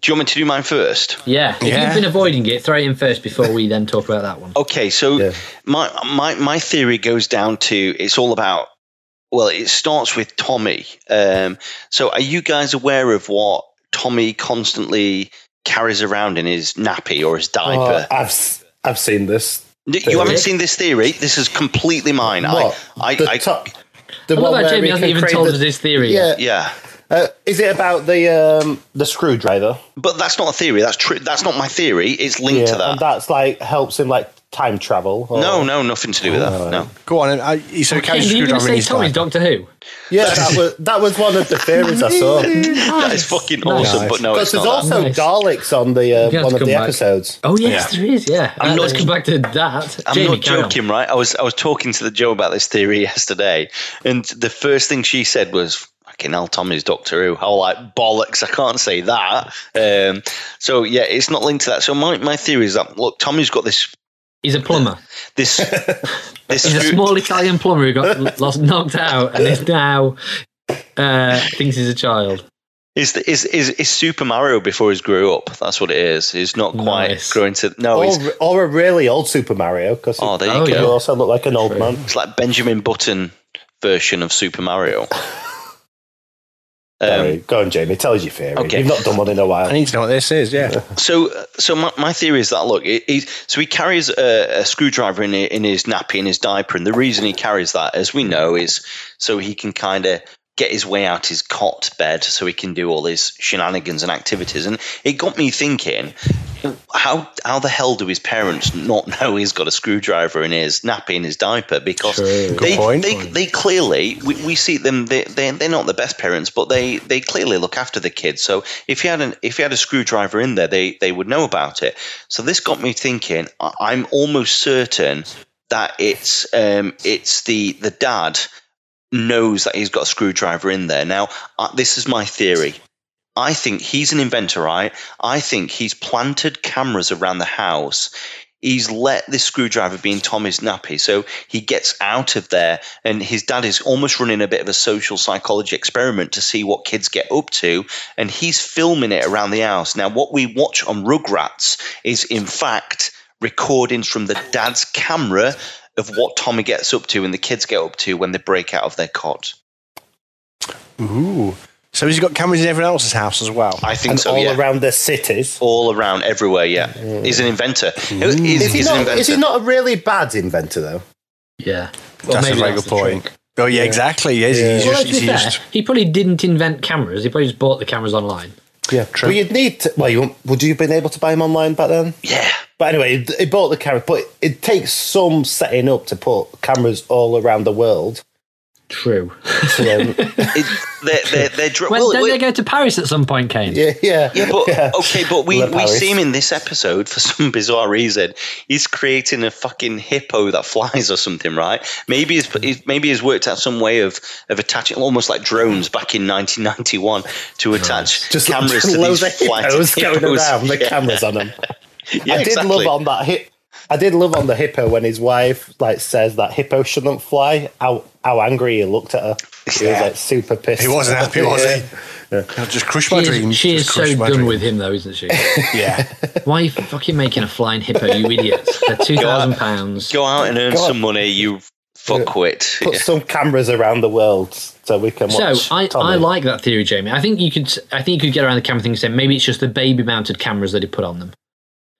D: Do you want me to do mine first?
A: Yeah. If
B: Yeah.
A: you've been avoiding it, throw it in first before we then talk about that one.
D: Okay, so
C: Yeah.
D: my my my theory goes down to it's all about. Well, it starts with Tommy. Um, so, are you guys aware of what Tommy constantly carries around in his nappy or his diaper?
C: Oh, I've s- I've seen this.
D: N- you haven't
A: theory.
D: seen this theory. This is completely mine.
C: What?
D: I,
C: the
D: I, I
C: top. The
A: I love how
C: where
A: Jamie
C: he
A: hasn't
C: can
A: even
C: create
A: told
C: the-
A: us his theory.
C: Yeah.
A: yet.
D: yeah.
C: Uh, is it about the um, the screwdriver?
D: But that's not a theory. That's true. That's not my theory. It's linked to
C: And
D: that.
C: that's like helps him like time travel. or-
D: No, no, nothing to do with
C: Oh.
D: that. No.
B: Go on. I, he said he carries a
A: Oh, you going to
B: screwdriver in
A: say
B: his
A: Tommy's
B: bag.
A: Doctor Who?
C: Yeah, that was, that was one of the theories I <laughs> saw.
D: That is fucking awesome,
B: Nice.
D: but no,
C: Because
D: it's
C: there's
D: not. That.
C: also
A: Nice.
C: Daleks on the
A: You
C: uh,
A: have
C: one
A: to
C: of
A: come
C: the
A: back.
C: episodes.
A: Oh yes, there is. Yeah,
D: I'm
A: Uh,
D: not-
A: let's come back to that.
D: I'm
A: Jamie,
D: not
A: carry on.
D: joking, right? I was I was talking to the Joe about this theory yesterday, and the first thing she said was, "Fucking hell, Tommy's Doctor Who." I was like, "Bollocks! I can't say that." Um, so yeah, it's not linked to that. So my, my theory is that look, Tommy's got this
A: He's a plumber. <laughs>
D: this
A: He's
D: this
A: a
D: screw-
A: small Italian plumber who got lost, knocked out, and is now uh, thinks he's a child.
D: Is is is is Super Mario before he grew up? That's what it is. He's not quite
A: Nice.
D: growing to no.
C: Or,
D: he's,
C: or a really old Super Mario, because
D: oh, there you
A: Oh,
D: go.
A: yeah.
C: Oh, you also look like an old man.
D: It's like Benjamin Button version of Super
A: <laughs>
D: Mario.
C: Sorry,
D: Um,
C: go on, Jamie. Tell us your theory.
D: okay.
C: You've not done one in a
B: I
C: while.
B: need to know what this is. Yeah.
C: <laughs>
D: so, so my, my theory is that look, he, he, so he carries a, a screwdriver in, hi- in his nappy in his diaper, and the reason he carries that, as we know, is so he can kind of get his way out his cot bed, so he can do all his shenanigans and activities. And it got me thinking, how how the hell do his parents not know he's got a screwdriver in his nappy in his diaper? Because
A: True.
D: they,
B: point.
D: they they clearly we, we see them they they they're not the best parents, but they they clearly look after the kids. So if you had an if you had a screwdriver in there, they they would know about it. So this got me thinking. I- I'm almost certain that it's um it's the the dad knows that he's got a screwdriver in there. Now uh, this is my theory. I think he's an inventor, right? I think he's planted cameras around the house. He's let this screwdriver be in Tommy's nappy. So he gets out of there, and his dad is almost running a bit of a social psychology experiment to see what kids get up to. And he's filming it around the house. Now, what we watch on Rugrats is, in fact, recordings from the dad's camera of what Tommy gets up to and the kids get up to when they break out of their cot.
B: Ooh. So he's got cameras in everyone else's house as well.
D: I think
C: And
D: so.
C: all
D: yeah.
C: around the cities.
D: all around everywhere. Yeah, he's an inventor. He's,
C: Mm. Is he,
D: he's an
C: not,
D: inventor.
C: is he not a really bad inventor, though?
A: Yeah, Well,
B: That's a
A: maybe
B: very good
A: the
B: point.
A: trick.
B: Oh yeah, exactly. Yes, he's
A: Well,
B: just,
A: to be
B: he's
A: fair,
B: just
A: he probably didn't invent cameras. He probably just bought the cameras online.
C: Yeah, true. Well, you'd need to. Well, you, wouldn't- would you have been able to buy him online back then?
D: yeah,
C: But anyway, he bought the camera. But it takes some setting up to put cameras all around the world.
A: True.
C: To, um,
D: <laughs> it, they're they're, they're
A: <laughs>
D: dr-
A: When,
D: well,
A: don't
D: we-
A: they go to Paris at some point, Kane?
C: yeah, <laughs> yeah,
D: yeah, but okay, but we,
C: Le
D: we
C: Paris.
D: see him in this episode for <laughs> some bizarre reason. He's creating a fucking hippo that flies or something, right? Maybe he's, he's maybe he's worked out some way of of attaching almost like drones back in 1991 to attach
C: Just
D: cameras
C: just
D: to
C: loads
D: these
C: of
D: flighted <laughs>
C: hippos going
D: hippos.
C: around the
D: Yeah,
C: cameras on
D: <laughs>
C: them.
D: yeah,
C: I did
D: exactly.
C: love on that hip. I did love on the hippo when his wife like says that hippo shouldn't fly. How how angry he looked at her. He was
D: Yeah.
C: like super pissed.
B: he wasn't happy, was he? I'll just crush my
A: She
B: dreams.
A: is, she
B: just
A: is so
B: crush my
A: done
B: dreams.
A: with him, though, isn't
B: <laughs>
A: she?
B: Yeah.
A: Why are you fucking making a flying hippo, you idiots? They're two thousand pounds.
D: Go out and earn
C: Go on.
D: some money, you fuckwit.
C: Put some cameras around the world so we can
A: So
C: watch.
A: I,
C: Tommy.
A: I like that theory, Jamie. I think you could I think you could get around the camera thing and say maybe it's just the baby mounted cameras that he put on them.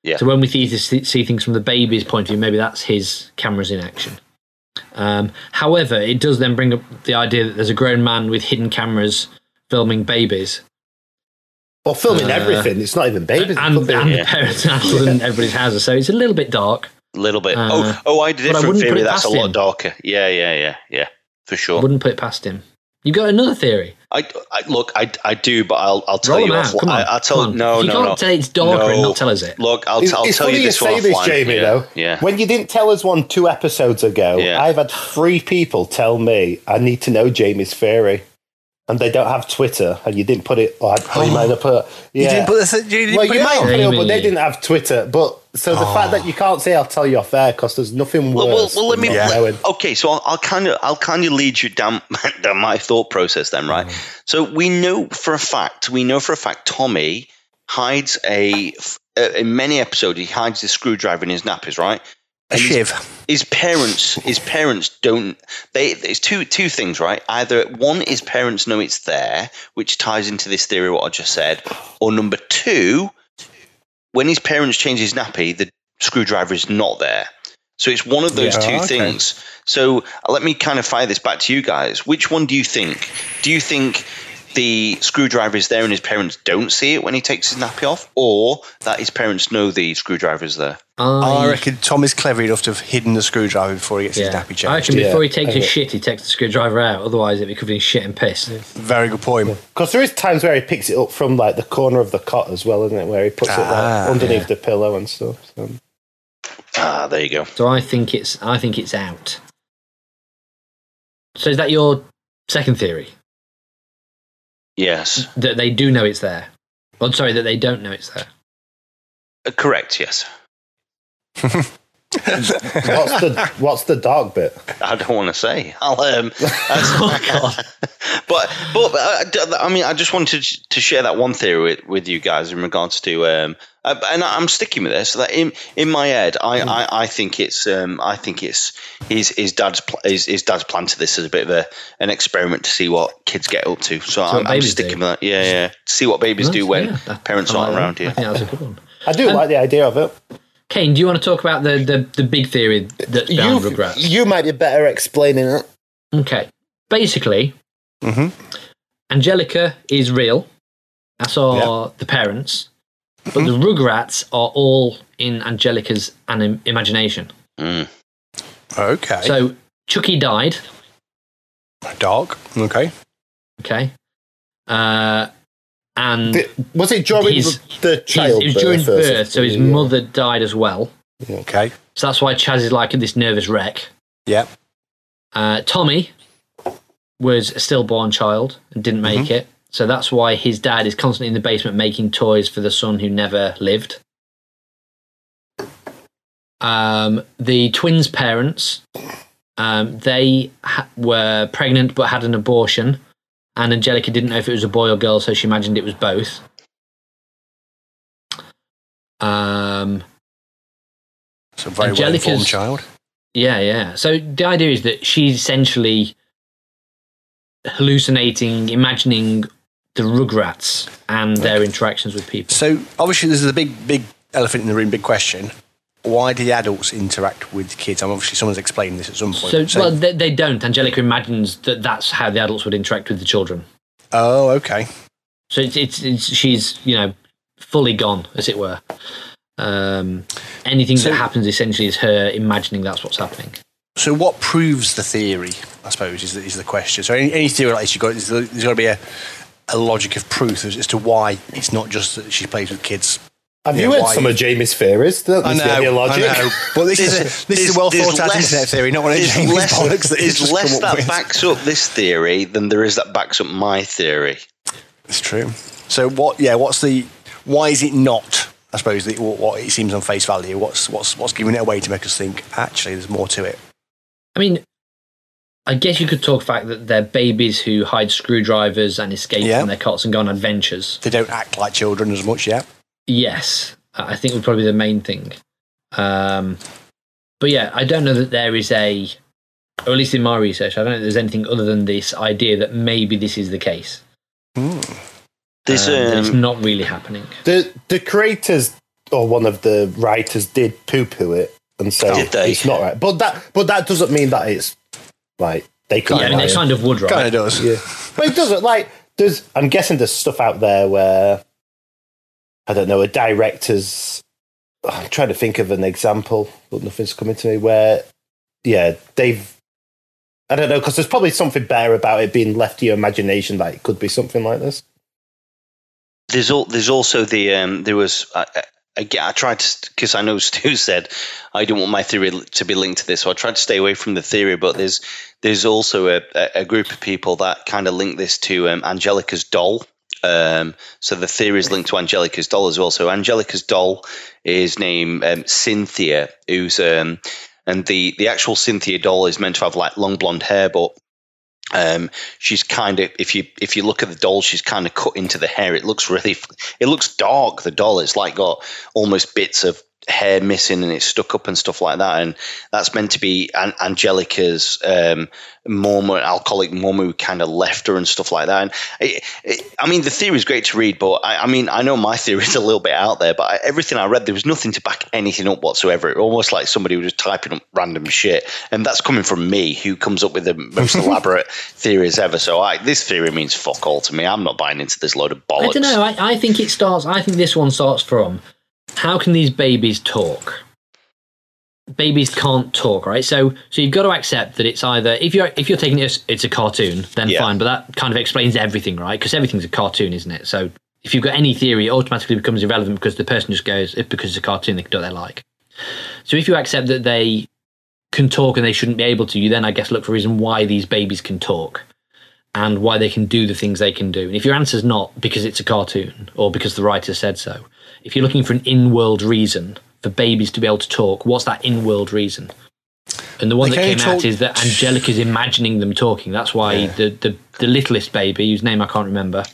D: Yeah.
A: So when we see, see see things from the baby's point of view, maybe that's his cameras in action. Um, however, it does then bring up the idea that there's a grown man with hidden cameras filming babies
C: well, filming
A: Uh,
C: everything. It's not even babies.
A: and,
C: could be.
A: and
D: Yeah.
A: the parents' houses and everybody's houses. So it's a little bit dark.
D: a little bit.
A: Uh,
D: oh, oh, I did
A: but I
D: it from
A: wouldn't put
D: theory.
A: it
D: That's a
A: past
D: lot
A: him.
D: darker. Yeah, yeah, yeah, yeah, for
A: I
D: sure.
A: wouldn't put it past him. You got another theory?
D: I, I look, I, I do, but I'll, I'll tell
A: Roll
D: you
A: them out.
D: offline.
A: Come on.
D: I, I'll tell
A: Come on.
D: no,
A: If you
D: no,
A: can't
D: no.
A: say it's darker and
D: No.
A: not tell us it.
D: Look, I'll,
C: It's,
D: I'll
C: it's
D: tell
C: funny
D: you
C: you,
D: this
C: say
D: one
C: this,
D: offline.
C: Jamie.
D: yeah.
C: Though,
D: yeah.
C: when you didn't tell us one two episodes ago,
D: Yeah.
C: I've had three people tell me I need to know Jamie's theory, and they don't have Twitter, and you didn't put it. Or I'd put you might have put. Yeah.
B: Oh. You didn't put this. You didn't
C: well,
B: put
C: you
B: it
C: might
B: out. Oh.
C: have put it, but
A: Jamie.
C: they didn't have Twitter. But so the fact that you can't say I'll tell you off air because there's nothing
D: Well,
C: worse.
D: well, well, let me.
C: than
B: Yeah.
C: not knowing.
D: <laughs> Okay, so I'll, I'll kind of, I'll kind of lead you down, <laughs> down my thought process then, right?
A: Mm-hmm.
D: So we know for a fact, we know for a fact, Tommy hides a, f- uh, in many episodes, he hides his screwdriver in his nappies, right?
B: A shiv.
D: his parents his parents don't they it's two two things right either one his parents know it's there which ties into this theory what i just said or number two when his parents change his nappy the screwdriver is not there so it's one of those
B: Yeah,
D: two uh,
B: okay.
D: things so let me kind of fire this back to you guys which one do you think do you think the screwdriver is there and his parents don't see it when he takes his nappy off, or that his parents know the screwdriver is there.
B: I
A: I,
B: reckon Tom is clever enough to have hidden the screwdriver before he gets his
A: yeah.
B: nappy
A: I
B: changed.
A: reckon
C: Yeah,
A: before he takes
C: I
A: his
C: will.
A: shit, he takes the screwdriver out. Otherwise, it'd be covered in shit and piss.
B: Very good point.
C: Because there is times where he picks it up from like the corner of the cot as well, isn't it? Where he puts it
B: Ah,
C: like, underneath the pillow and stuff.
B: <laughs>
C: So.
D: Ah, there you go.
A: So I think it's I think it's out. So is that your second theory
D: Yes,
A: that they do know it's there? Well, I'm sorry that they don't know it's there.
D: Uh, correct. Yes,
C: What's the what's the dark bit?
D: I don't want to say. I'll um.
A: <laughs>
D: oh God. <laughs> but but uh, d- I mean, I just wanted to share that one theory with, with you guys in regards to um. uh, And I'm sticking with this. That in in my head, I,
A: Hmm.
D: I, I think it's um I think it's his his dad's pl- his, his dad's plan to this as a bit of a, an experiment to see what kids get up to. So I'm, I'm
A: babies
D: sticking
A: do.
D: with that. Yeah, yeah. See what babies do
A: Nice,
D: when
A: yeah. That-
D: parents
A: I like
D: aren't
A: that.
D: around.
A: I
D: Yeah.
A: think that was a good one.
C: I do like the idea of it.
A: Kane, do you want to talk about the, the, the big theory that's behind
C: You
A: Rugrats?
C: you might be better explaining it.
A: Okay. Basically,
B: hmm
A: Angelica is real. That's all the parents. But the Rugrats are all in Angelica's anim- imagination.
D: Mm.
B: Okay.
A: So Chucky died.
B: Dark. Okay.
A: Okay. Uh, and
C: Th-
B: Mm.
C: Was it during
A: His-
C: the
A: his-
C: child?
A: it was during birth, so his mother died as well.
B: Okay.
A: So that's why Chaz is like this nervous wreck.
B: Yeah.
A: Uh, Tommy was a stillborn child and didn't make it. So that's why his dad is constantly in the basement making toys for the son who never lived. Um, the twins' parents, um, they ha- were pregnant but had an abortion. And Angelica didn't know if it was a boy or girl, so she imagined it was both. Um,
B: So very well informed
A: Angelica's-
B: child.
A: yeah, yeah. So the idea is that she's essentially hallucinating, imagining the Rugrats and their interactions with people.
B: So obviously, this is a big, big elephant in the room. Big question: Why do the adults interact with kids? I'm obviously someone's explained this at some point.
A: So,
B: So-
A: well, they, they don't. Angelica imagines that that's how the adults would interact with the children.
B: oh, okay.
A: So it's, it's, it's she's you know fully gone, as it were. Um, anything
B: So-
A: that happens essentially is her imagining that's what's happening.
B: So what proves the theory? I suppose is the, is the question. So any, any theory like this, you got there's, there's got to be a, a logic of proof as, as to why it's not just that she plays with kids.
C: Have
B: Yeah,
C: you heard
B: why-
C: some of Jamie's theories? Don't
B: I
C: you
B: know,
C: see any
B: I <laughs>
C: logic?
B: know. But this is a,
D: There's-
B: this is a
D: there's-
B: well
D: there's
B: thought out
D: less-
B: internet theory, not one of
D: there's
B: Jamie's
D: less-
B: bollocks that he's
D: There's
B: just
D: less
B: come
D: that
B: up with.
D: backs up this theory than there is that backs up my theory.
B: It's true. So what? Yeah, what's the? Why is it not? I suppose the, what, what it seems on face value. What's what's what's giving it away to make us think actually there's more to it?
A: I mean, I guess you could talk fact that they're babies who hide screwdrivers and escape
B: Yeah.
A: from their cots and go on adventures.
B: They don't act like children as much. Yeah.
A: Yes, I I think would probably be the main thing. Um, but yeah, I don't know that there is a, or at least in my research, I don't know that there's anything other than this idea that maybe this is the case.
D: There's
A: um, that it's
D: um,
A: not really happening.
C: <laughs> The the creators or one of the writers did poo poo it and say
D: Did they?
C: it's not right. But that but that doesn't mean that it's like they
A: Yeah,
C: can't.
A: I mean,
C: lie.
A: they kind of would, right?
B: Kind of does.
C: Yeah. But it doesn't like there's I'm guessing there's stuff out there where I don't know, a director's I'm trying to think of an example, but nothing's coming to me where yeah, they've I don't know, because there's probably something better about it being left to your imagination that it could be something like this.
D: there's al- there's also the um, there was I, I, again, I tried to because I know <laughs> Stu said I don't want my theory li- to be linked to this, so I tried to stay away from the theory. But there's there's also a, a- a group of people that kind of link this to um, Angelica's doll. Um, so the theory is linked to Angelica's doll as well. So Angelica's doll is named um, Cynthia, who's um, and the the actual Cynthia doll is meant to have like long blonde hair, but um, she's kind of if you if you look at the doll, she's kind of cut into the hair. It looks really it looks dark. The doll it's like got almost bits of hair missing and it's stuck up and stuff like that. And that's meant to be An- Angelica's um, mom, or alcoholic mom, who kind of left her and stuff like that. And it, it, I mean, the theory is great to read, but I, I mean, I know my theory is a little bit out there, but I, everything I read, there was nothing to back anything up whatsoever. It was almost like somebody was just typing up random shit. And that's coming from me, who comes up with
B: <laughs>
D: the most elaborate theories ever. So I, this theory means fuck all to me. I'm not buying into this load of bollocks.
A: I don't know. I, I think it starts. I think this one starts from how can these babies talk? Babies can't talk, right? So, so you've got to accept that it's either if you're if you're taking it as it's a cartoon, then
D: Yeah.
A: fine. But that kind of explains everything, right? Because everything's a cartoon, isn't it? So if you've got any theory, it automatically becomes irrelevant because the person just goes "It's because it's a cartoon, they can do what they like. So if you accept that they can talk and they shouldn't be able to, you then I guess look for a reason why these babies can talk and why they can do the things they can do. And if your answer's not because it's a cartoon or because the writer said so, if you're looking for an in-world reason for babies to be able to talk, what's that in-world reason? And the one
B: They
A: that
B: can
A: came out
B: talk-
A: is that Angelica's imagining them talking. That's why the, the the littlest baby, whose name I can't remember,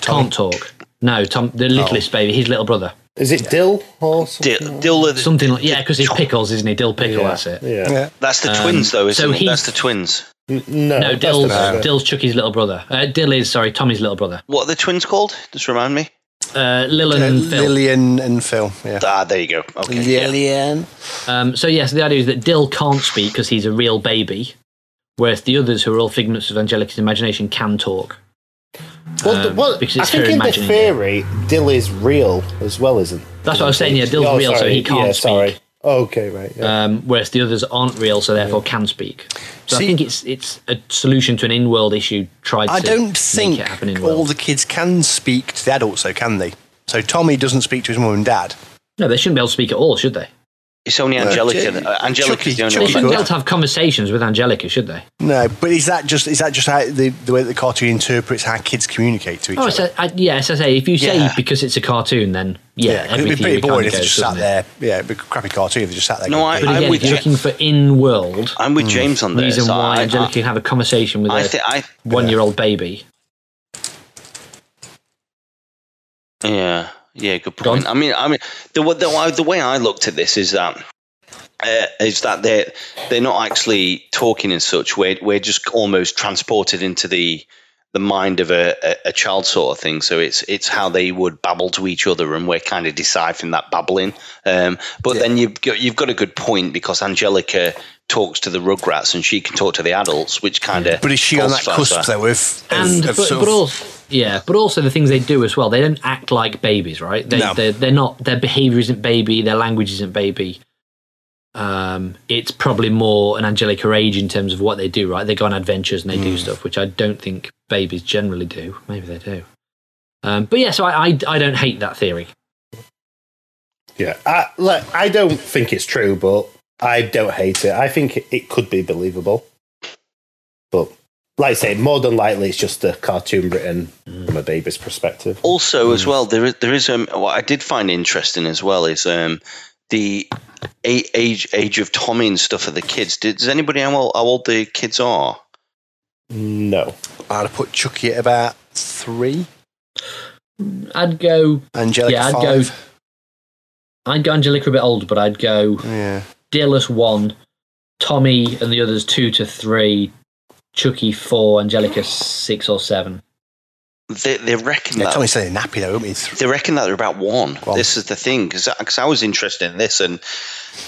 A: can't talk. No, Tom,
C: Oh.
A: the littlest baby, his little brother,
C: Is it Dill or something?
D: Dil- Dilla-
A: something like yeah, because he's pickles, isn't he? Dill pickle,
C: yeah.
A: that's it.
C: Yeah.
B: Yeah.
D: That's the
A: Um,
D: twins, though, isn't
A: so
D: it?
A: he-
D: That's the twins.
C: N- No,
A: No,
C: that's the
A: Dill's, uh,
C: bugger.
A: Dill's Chucky's little brother. Uh, Dill is sorry, Tommy's little brother.
D: What are the twins called? Just remind me.
A: Uh, Lil
B: Uh,
A: and Phil.
B: Lillian and Phil. Yeah.
D: Ah, there you go. Okay.
B: Lillian.
A: Um, so yes, the idea is that Dill can't speak because he's a real baby, whereas the others who are all figments of Angelica's imagination can talk.
C: Well, the-
A: um,
C: well,
A: because
C: I
A: it's her
C: think in the
A: imagining it.
C: theory, Dill is real as well, isn't?
A: That's what I was saying. Yeah, Dill's
C: Oh,
A: real, so
C: sorry.
A: he can't
C: yeah,
A: speak.
C: Sorry. Okay, right. Yeah.
A: Um, whereas the others aren't real, so therefore can speak. So
B: See-
A: I think it's it's a solution to an in-world issue. Tried.
B: I
A: to
B: don't
A: make
B: think
A: it happen in
B: all
A: world.
B: the kids can speak to the adults, though, can they? So Tommy doesn't speak to his mum and dad.
A: No, they shouldn't be able to speak at all, should they?
D: It's only
B: Well,
D: Angelica.
B: Ch-
D: that- uh, Angelica's
B: Chucky-
D: the only
A: They
B: Chucky
D: one.
A: shouldn't
B: could.
A: be able to have conversations with Angelica, should they?
B: No, but is that just is that just how the, the way that the cartoon interprets how kids communicate to each
A: Oh,
B: other?
A: so, I, yeah. As I say, if you say
D: Yeah.
A: because it's a cartoon, then yeah,
B: yeah, 'cause it'd be
A: everything
B: pretty
A: kinda
B: boring if they
A: goes,
B: just
A: doesn't
B: sat
A: it?
B: there. Yeah, it'd be a crappy cartoon if they just sat there.
D: No, I-
A: But
D: I'm
A: again,
D: with
A: if you're
D: you.
A: looking for in-world
D: I'm with James on this.
A: reason why
D: I-
A: Angelica can have a conversation with
D: I, I,
A: a
D: thi- I
A: one-year-old baby.
D: Yeah, yeah, good
A: Go on.
D: point. I mean, I mean, the, wa- the wa- the way I looked at this is that uh, is that they are they're not actually talking in such. We're we're just almost transported into the the mind of a, a, a child sort of thing. So it's it's how they would babble to each other, and we're kind of deciphering that babbling. Um, but then you've got you've got a good point because Angelica talks to the Rugrats and she can talk to the adults, which kind of
B: But is she on that cusp though? With
A: And
B: of,
A: but,
B: sort
A: but
B: of-
A: also yeah, but also the things they do as well. They don't act like babies, right? They,
B: No.
A: they're, they're not. Their behavior isn't baby. Their language isn't baby. Um, it's probably more an Angelica age in terms of what they do, right? They go on adventures and they
B: Hmm.
A: do stuff, which I don't think babies generally do. Maybe they do. Um, but yeah, so I, I I don't hate that theory.
C: yeah. I, look, I don't think it's true, but I don't hate it. I think it, it could be believable. But like I say, more than likely, it's just a cartoon written from a baby's perspective.
D: Also, as well, there is there is um, what I did find interesting as well is um the a- age age of Tommy and stuff of the kids. Did, does anybody know how old, how old the kids are?
C: No.
B: I'd have put Chucky at about three.
A: I'd go.
B: Angelica
A: yeah, I'd
B: five.
A: go. I'd go Angelica a bit older, but I'd go
B: Yeah,
A: Dillas one, Tommy and the others two to three, Chucky four, Angelica six or seven.
D: They they reckon
B: yeah.
D: that.
B: Tommy's saying nappy though, wouldn't he? Th-
D: They reckon that they're about one.
B: on.
D: This is the thing because I was interested in this, and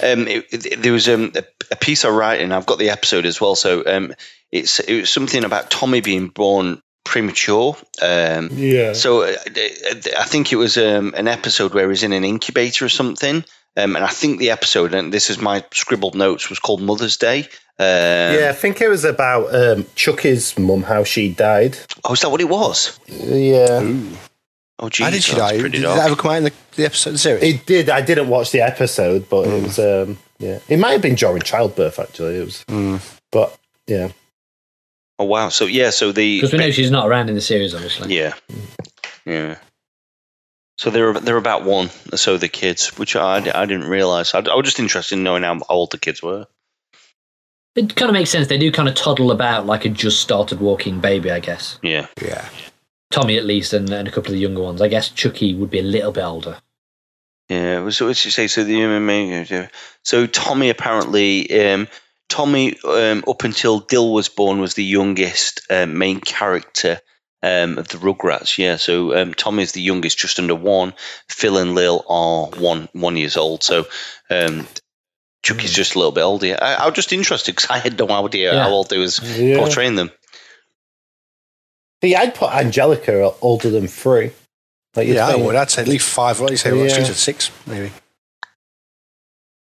D: um, it, it- there was um, a, a piece I write, and I've got the episode as well. So um, it's it was something about Tommy being born premature. Um,
C: Yeah.
D: So uh, I think it was um, an episode where he's in an incubator or something, um, and I think the episode, and this is my scribbled notes, was called Mother's Day. Um,
C: yeah, I think it was about um, Chucky's mum, how she died.
D: Oh, is that what it was?
C: Yeah.
D: Oh,
B: How
D: Jesus,
B: did she die?
D: Pretty
B: Did that
D: dark.
B: ever come out in the, the episode of the series?
C: It did. I didn't watch the episode, but it was. Um, yeah, it might have been during childbirth. Actually, it was.
B: Hmm.
C: But yeah,
D: Oh, wow. So yeah, so the
A: Because we know she's not around in the series, obviously.
D: yeah, yeah. So they're they're about one. So the kids, which I, I didn't realize. I, I was just interested in knowing how old the kids were.
A: It kind of makes sense. They do kind of toddle about like a just started walking baby, I guess.
D: Yeah.
B: yeah.
A: Tommy at least, and, and a couple of the younger ones. I guess Chucky would be a little bit older.
D: Yeah, well, so what did you say? So the MMA. So Tommy apparently, um, Tommy um, up until Dill was born was the youngest um, main character um, of the Rugrats. Yeah, so um, Tommy is the youngest, just under one. Phil and Lil are one one years old. So um, Chucky's just a little bit older. I, I was just interested because I had no idea
A: Yeah.
D: how old they was
C: Yeah.
D: portraying them.
C: See, I'd put Angelica older than three. Like you
B: yeah, I
C: think.
B: would. I'd say at least five. What do you say? Well,
C: Yeah.
B: she's at six, maybe.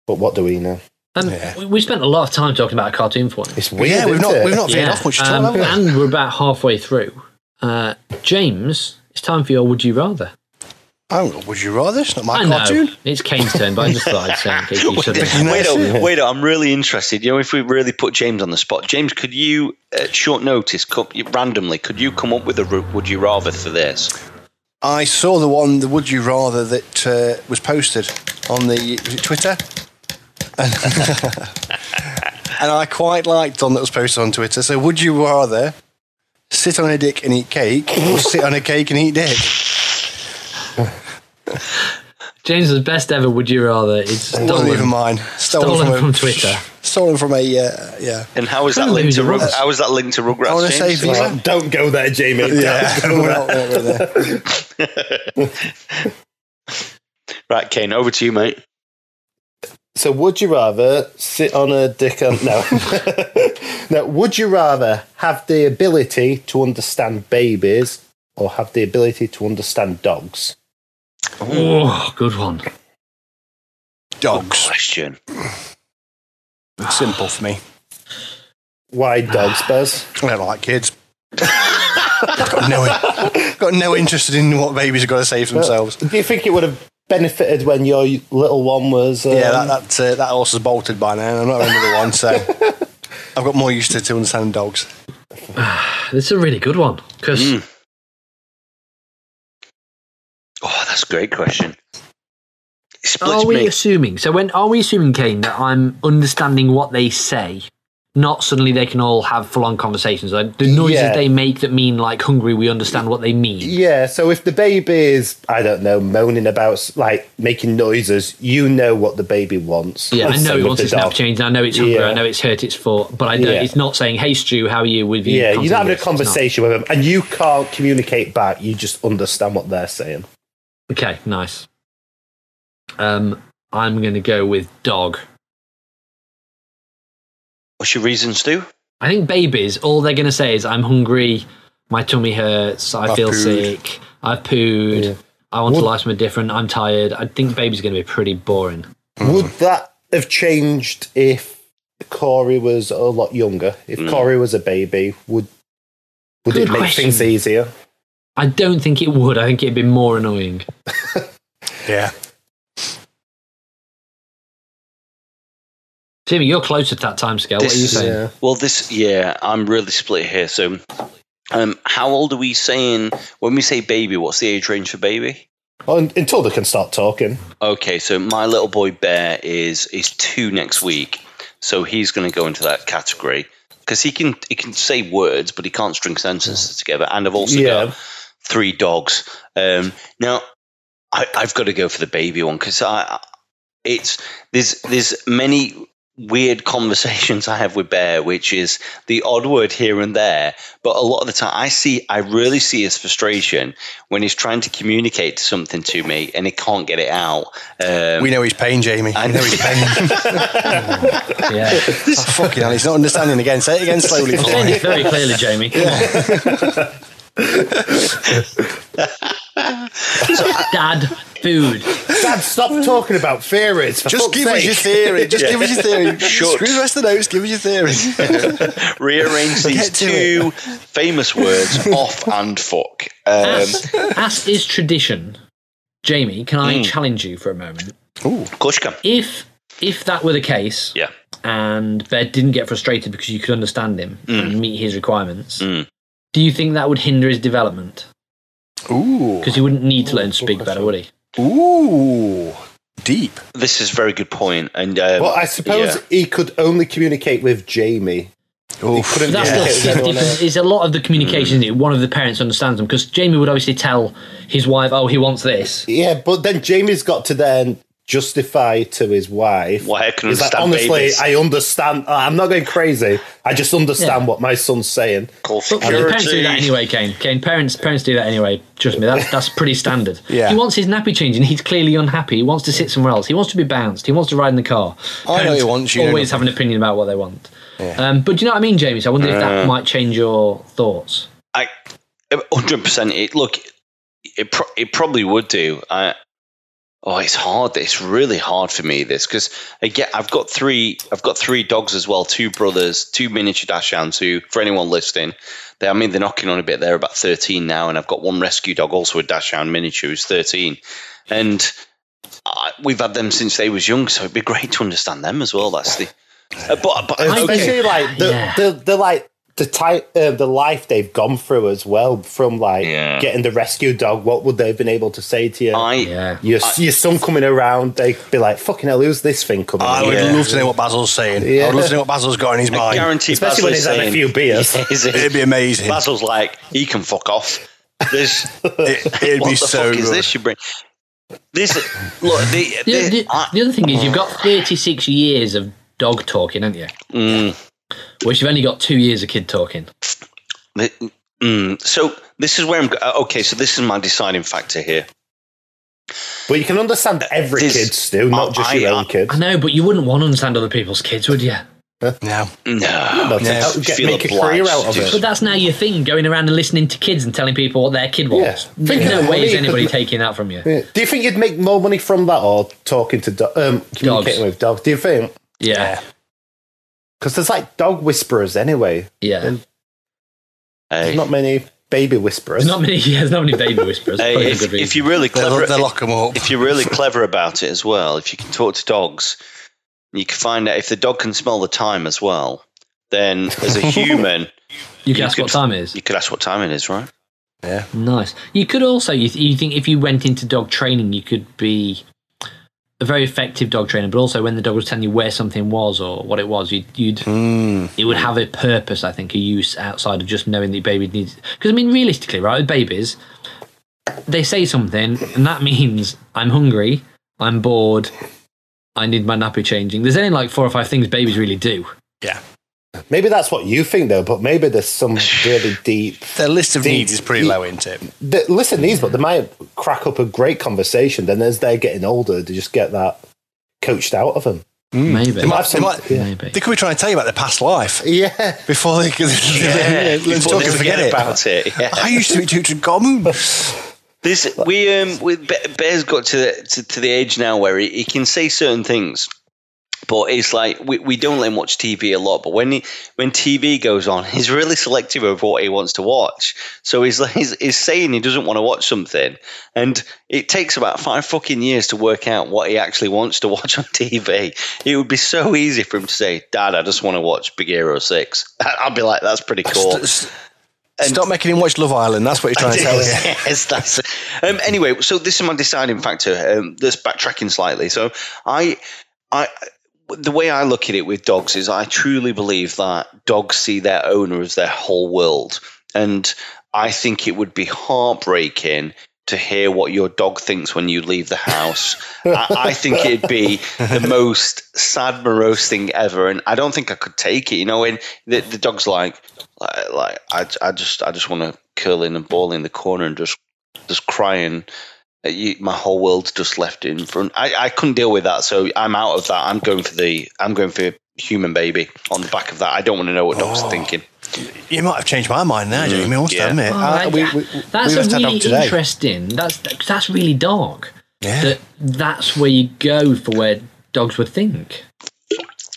C: But what do we know?
A: Um,
B: Yeah.
A: we, we spent a lot of time talking about a cartoon for once.
C: It's weird.
B: yeah, we've
C: isn't
B: not
C: it?
B: we've not veered off much at all,
A: um,
B: have we?
A: and we're about halfway through. Uh, James, it's time for your Would You Rather.
B: Oh, would you rather? It's not my
A: I
B: cartoon.
A: know. It's Kane's turn, but I just thought I'd say in case
B: <laughs>
A: you
D: Wait,
A: suddenly.
B: Nice.
D: wait,
B: Yeah.
D: up, wait up, I'm really interested. You know, if we really put James on the spot, James, could you, at short notice, co- randomly, could you come up with a route? Would you rather for this?
B: I saw the one, the Would You Rather, that uh, was posted on the was it Twitter. <laughs> and I quite liked the one that was posted on Twitter. So, would you rather sit on a dick and eat cake or sit on a cake and eat dick?
A: James's best ever Would You Rather is
B: It wasn't even
A: stolen.
B: mine. Stolen,
A: Stolen from
B: a, <laughs>
A: Twitter.
B: Stolen from a, uh,
A: <laughs>
B: yeah.
D: And how is that
A: Probably
D: linked to
A: the
D: Rug-
A: Rugrats.
D: how is that linked to Rugrats?
B: I wanna
D: James?
B: say if you-
C: Well, <laughs> don't go there, Jamie.
B: Yeah.
C: Don't go
B: We're
C: there.
B: not- we're not there.
D: right, Kane, over to you, mate.
C: So, would you rather sit on a dick on? No, <laughs> no. Would you rather have the ability to understand babies or have the ability to understand dogs?
A: Oh, good one.
B: Dogs.
D: Question.
B: Simple for me.
C: Why <sighs> dogs, Bez?
B: I don't like kids. got, no, got no interest in what babies have got to say for themselves.
C: Do you think it would have benefited when your little one was? Um,
B: Yeah, that that, uh, that horse is bolted by now. and I'm not having another one,
D: <laughs>
B: so I've got more used to, to understanding dogs.
A: This is a really good one because
D: Mm. Oh, that's a great question. It splits
A: are we
D: me.
A: assuming? So when are we assuming, Kane, that I'm understanding what they say? Not suddenly they can all have full-on conversations. Like, the noises
C: Yeah.
A: they make that mean like hungry, we understand what they mean.
C: Yeah, so if the baby is, I don't know, moaning about, like making noises, you know what the baby wants.
A: Yeah, I
C: Same
A: know it
C: with
A: wants
C: the
A: its nap
C: dog.
A: changed. I know it's hungry.
C: Yeah.
A: I know it's hurt. It's full. But I don't.
C: Yeah.
A: It's not saying, "Hey, Stu, how are you?" With you.
C: Yeah, you're not having
A: constantly.
C: a
A: It's not.
C: conversation with them, and you can't communicate back. You just understand what they're saying.
A: Okay, nice. Um, I'm going to go with dog.
D: What's your reason, Stu?
A: I think babies, all they're going to say is, I'm hungry, my tummy hurts, I
B: I've
A: feel
B: pooed."
A: sick, I've pooed, I want to like something different, I'm tired. I think babies are going to be pretty boring.
C: Would that have changed if Corey was a lot younger? If Corey was a baby, would would
A: Good
C: it make
A: question.
C: things easier?
A: I don't think it would. I think it'd be more annoying.
B: Yeah.
A: Timmy, you're closer to that time scale. What are you
D: This-
A: saying?
C: Yeah.
D: Well, this, yeah, I'm really split here. So, um, how old are we saying when we say baby? What's the age range for baby?
C: Well, un- until they can start talking.
D: Okay, so my little boy Bear is is two next week, so he's going to go into that category because he can he can say words, but he can't string sentences together. And I've also
C: Yeah.
D: got three dogs. Um, now I, I've got to go for the baby one because I it's there's there's many weird conversations I have with Bear, which is the odd word here and there, but a lot of the time I see I really see his frustration when he's trying to communicate something to me and he can't get it out. Um,
B: We know he's pain, Jamie.
D: I
B: I know
D: know.
B: he's pain.
A: Yeah.
B: oh, fucking hell, he's
D: <laughs>
B: not understanding again. Say it again slowly
A: I'm
B: for
A: saying
B: me.
A: it <laughs> very clearly, Jamie. <laughs> Dad, food.
C: Dad, stop talking about theories. for
B: Just
C: fuck's
B: give us
C: sake.
B: your theory. Just give us your theory.
D: <laughs> Shut.
B: Screw the rest of the notes. Give us your
D: <laughs>
B: theory.
D: <laughs> rearrange these
B: Get to
D: two famous words off and fuck. Um,
A: As, as is tradition, Jamie, can I challenge you for a moment?
B: Ooh.
D: of course you can.
A: If if that were the case,
D: Yeah.
A: and Bear didn't get frustrated because you could understand him and meet his requirements,
D: Mm.
A: do you think that would hinder his development?
B: Ooh.
A: Because he wouldn't need to learn to speak better, would he?
B: Ooh. Deep.
D: This is a very good point, and um,
C: Well, I suppose
D: yeah.
C: he could only communicate with Jamie. Oof. couldn't
A: That's still
C: Yeah. <laughs> Yeah.
A: fifty. percent It's a lot of the communication. isn't it? One of the parents understands them because Jamie would obviously tell his wife, "Oh, he wants this."
C: Yeah, but then Jamie's got to then justify to his wife.
D: Why I can
C: He's like,
D: understand
C: honestly,
D: babies."
C: I understand. I'm not going crazy. I just understand
A: Yeah.
C: what my son's saying.
D: Call
A: But
D: security.
A: Um, parents do that anyway, Kane. Kane, parents parents do that anyway. Trust me, that's that's pretty standard.
B: <laughs> Yeah.
A: He wants his nappy changed and he's clearly unhappy. He wants to sit somewhere else. He wants to be bounced. He wants to ride in the car.
B: I know he
A: Parents
B: wants you,
A: Always
B: don't
A: have an opinion about what they want. Um, but do you know what I mean, Jamie? So I wonder if that might change your thoughts.
D: I, hundred percent. It look, it pro- it probably would do. I, oh, it's hard. It's really hard for me this because again, I've got three. I've got three dogs as well. Two brothers, two miniature Dachshunds. Who, for anyone listening, they I mean they're knocking on a bit. They're about thirteen now, and I've got one rescue dog, also a Dachshund miniature, who's thirteen, and. I, we've had them since they was young, so it'd be great to understand them as well. That's the, uh, but but
A: I
D: okay.
C: Especially like the,
A: Yeah.
C: the, the like the type uh, the life they've gone through as well. From like
D: Yeah.
C: getting the rescue dog, what would they have been able to say to you?
D: I
A: Yeah.
C: your, your son coming around, they'd be like, "Fucking hell, who's this thing coming?"
B: I
C: in?"
B: would
D: Yeah.
B: love to know what Basil's saying. I would love to know what Basil's got in his
D: I
B: mind.
D: guarantee
C: Especially
D: Basil
C: when
D: is
C: he's had a
D: saying-
C: few beers.
D: <laughs> Is it-
B: It'd be amazing.
D: Basil's like, he can fuck off. This,
B: It, <laughs> it'd
D: what
B: be
D: the
B: so
D: fuck is
B: good.
D: this you bring? This, look, the,
A: The,
D: the,
A: the-
D: I,
A: the other thing is, you've got 36 years of dog talking, haven't you?
D: mm,
A: Which you've only got two years of kid talking.
D: the- mm. so this is where I'm. go- uh, Okay, so this is my deciding factor here.
C: But you can understand every
D: This-
C: kid, Stu, not just
D: I-
C: your
D: I-
C: own kid.
A: I know, but you wouldn't want to understand other people's kids, would you?
B: No.
D: No, <sighs>
C: That's how you get-
D: feel
C: make a
D: obliged
C: career out of
D: to do
C: it.
D: so.
A: But that's now your thing, going around and listening to kids and telling people what their kid wants.
C: Yeah. Think
A: There's
C: of
A: no
C: how
A: way is
C: many
A: anybody
C: could-
A: taking that from you.
C: Yeah. Do you think you'd make more money from that or talking to do- um, communicating with dogs? Do you think?
A: Yeah.
C: Because there's like dog whisperers anyway.
A: Yeah.
C: There's
D: Hey,
C: not many baby whisperers.
A: There's not many <laughs> yeah, there's not many baby whisperers.
D: hey,
A: Probably a
D: if,
A: good reason.
D: if you're really
B: They,
D: clever,
B: lo- they lock him up.
D: if you're
B: <laughs>
D: really clever about it as well, if you can talk to dogs, you can find out if the dog can smell the time as well.
B: <laughs>
D: Then, as a human,
A: You can
D: you
A: ask
D: could-
A: what time it is.
D: you could ask what time it is, right?
A: Nice. You could also you, th- you think if you went into dog training you could be a very effective dog trainer, but also when the dog was telling you where something was or what it was, you'd, you'd
B: Hmm.
A: it would have a purpose. I think a use outside of just knowing the baby needs. Because I mean, realistically, right, with babies, they say something, and that means I'm hungry, I'm bored, I need my nappy changing. There's only like four or five things babies really do.
C: Maybe that's what you think though, but maybe there's some really deep.
B: Their list of
C: See,
B: needs is pretty
C: you-
B: low, isn't it?
C: Th- listen, these, but they might crack up a great conversation. Then as they're getting older, they just get that coached out of them.
A: Maybe.
B: They, might,
C: have
B: they,
C: some-
B: might,
C: yeah.
A: Maybe.
B: they could be trying to tell you about their past life
C: Yeah. <laughs>
B: before they <laughs> can
D: Yeah,
B: learn to
D: before
B: talk
D: they
B: and
D: forget,
B: forget it.
D: about it. Yeah.
B: <laughs> I used to be Tutankhamun.
D: This we um with Be- Bear's got to, the, to to the age now where he, he can say certain things, but it's like we, we don't let him watch TV a lot. But when he when TV goes on, <laughs> he's really selective of what he wants to watch. So he's <laughs> like he's, he's saying he doesn't want to watch something, and it takes about five fucking years to work out what he actually wants to <laughs> watch on TV. It would be so easy for him to say, "Dad, I just want to watch Big Hero 6. <laughs> I'd be like, "That's pretty cool."
B: St- st- Stop making him watch Love Island. That's what he's trying to tell
D: <laughs>
B: you.
D: yes, that's. Um, anyway, so this is my deciding factor. Um, just backtracking slightly. So I, I, the way I look at it with dogs is I truly believe that dogs see their owner as their whole world, and I think it would be heartbreaking. To hear what your dog thinks when you leave the house, I, I think it'd be
B: <laughs>
D: the most sad, morose thing ever, and I don't think I could take it. You know, and the, the dog's like, like, like I, I just I just want to curl in and ball in the corner and just just crying. You, my whole world's just left in front. I, I couldn't deal with that, so I'm out of that. I'm going for the I'm going for human baby on the back of that. I don't want to know what dogs are thinking.
B: You might have changed my mind now, Jamie. I must
D: Mm, Yeah.
B: admit.
A: Oh,
B: I-
A: that-
B: we- we-
A: that's a
B: we left our dog
A: really
B: today.
A: interesting. That's that's really dark.
B: Yeah.
A: That that's where you go for where dogs would think.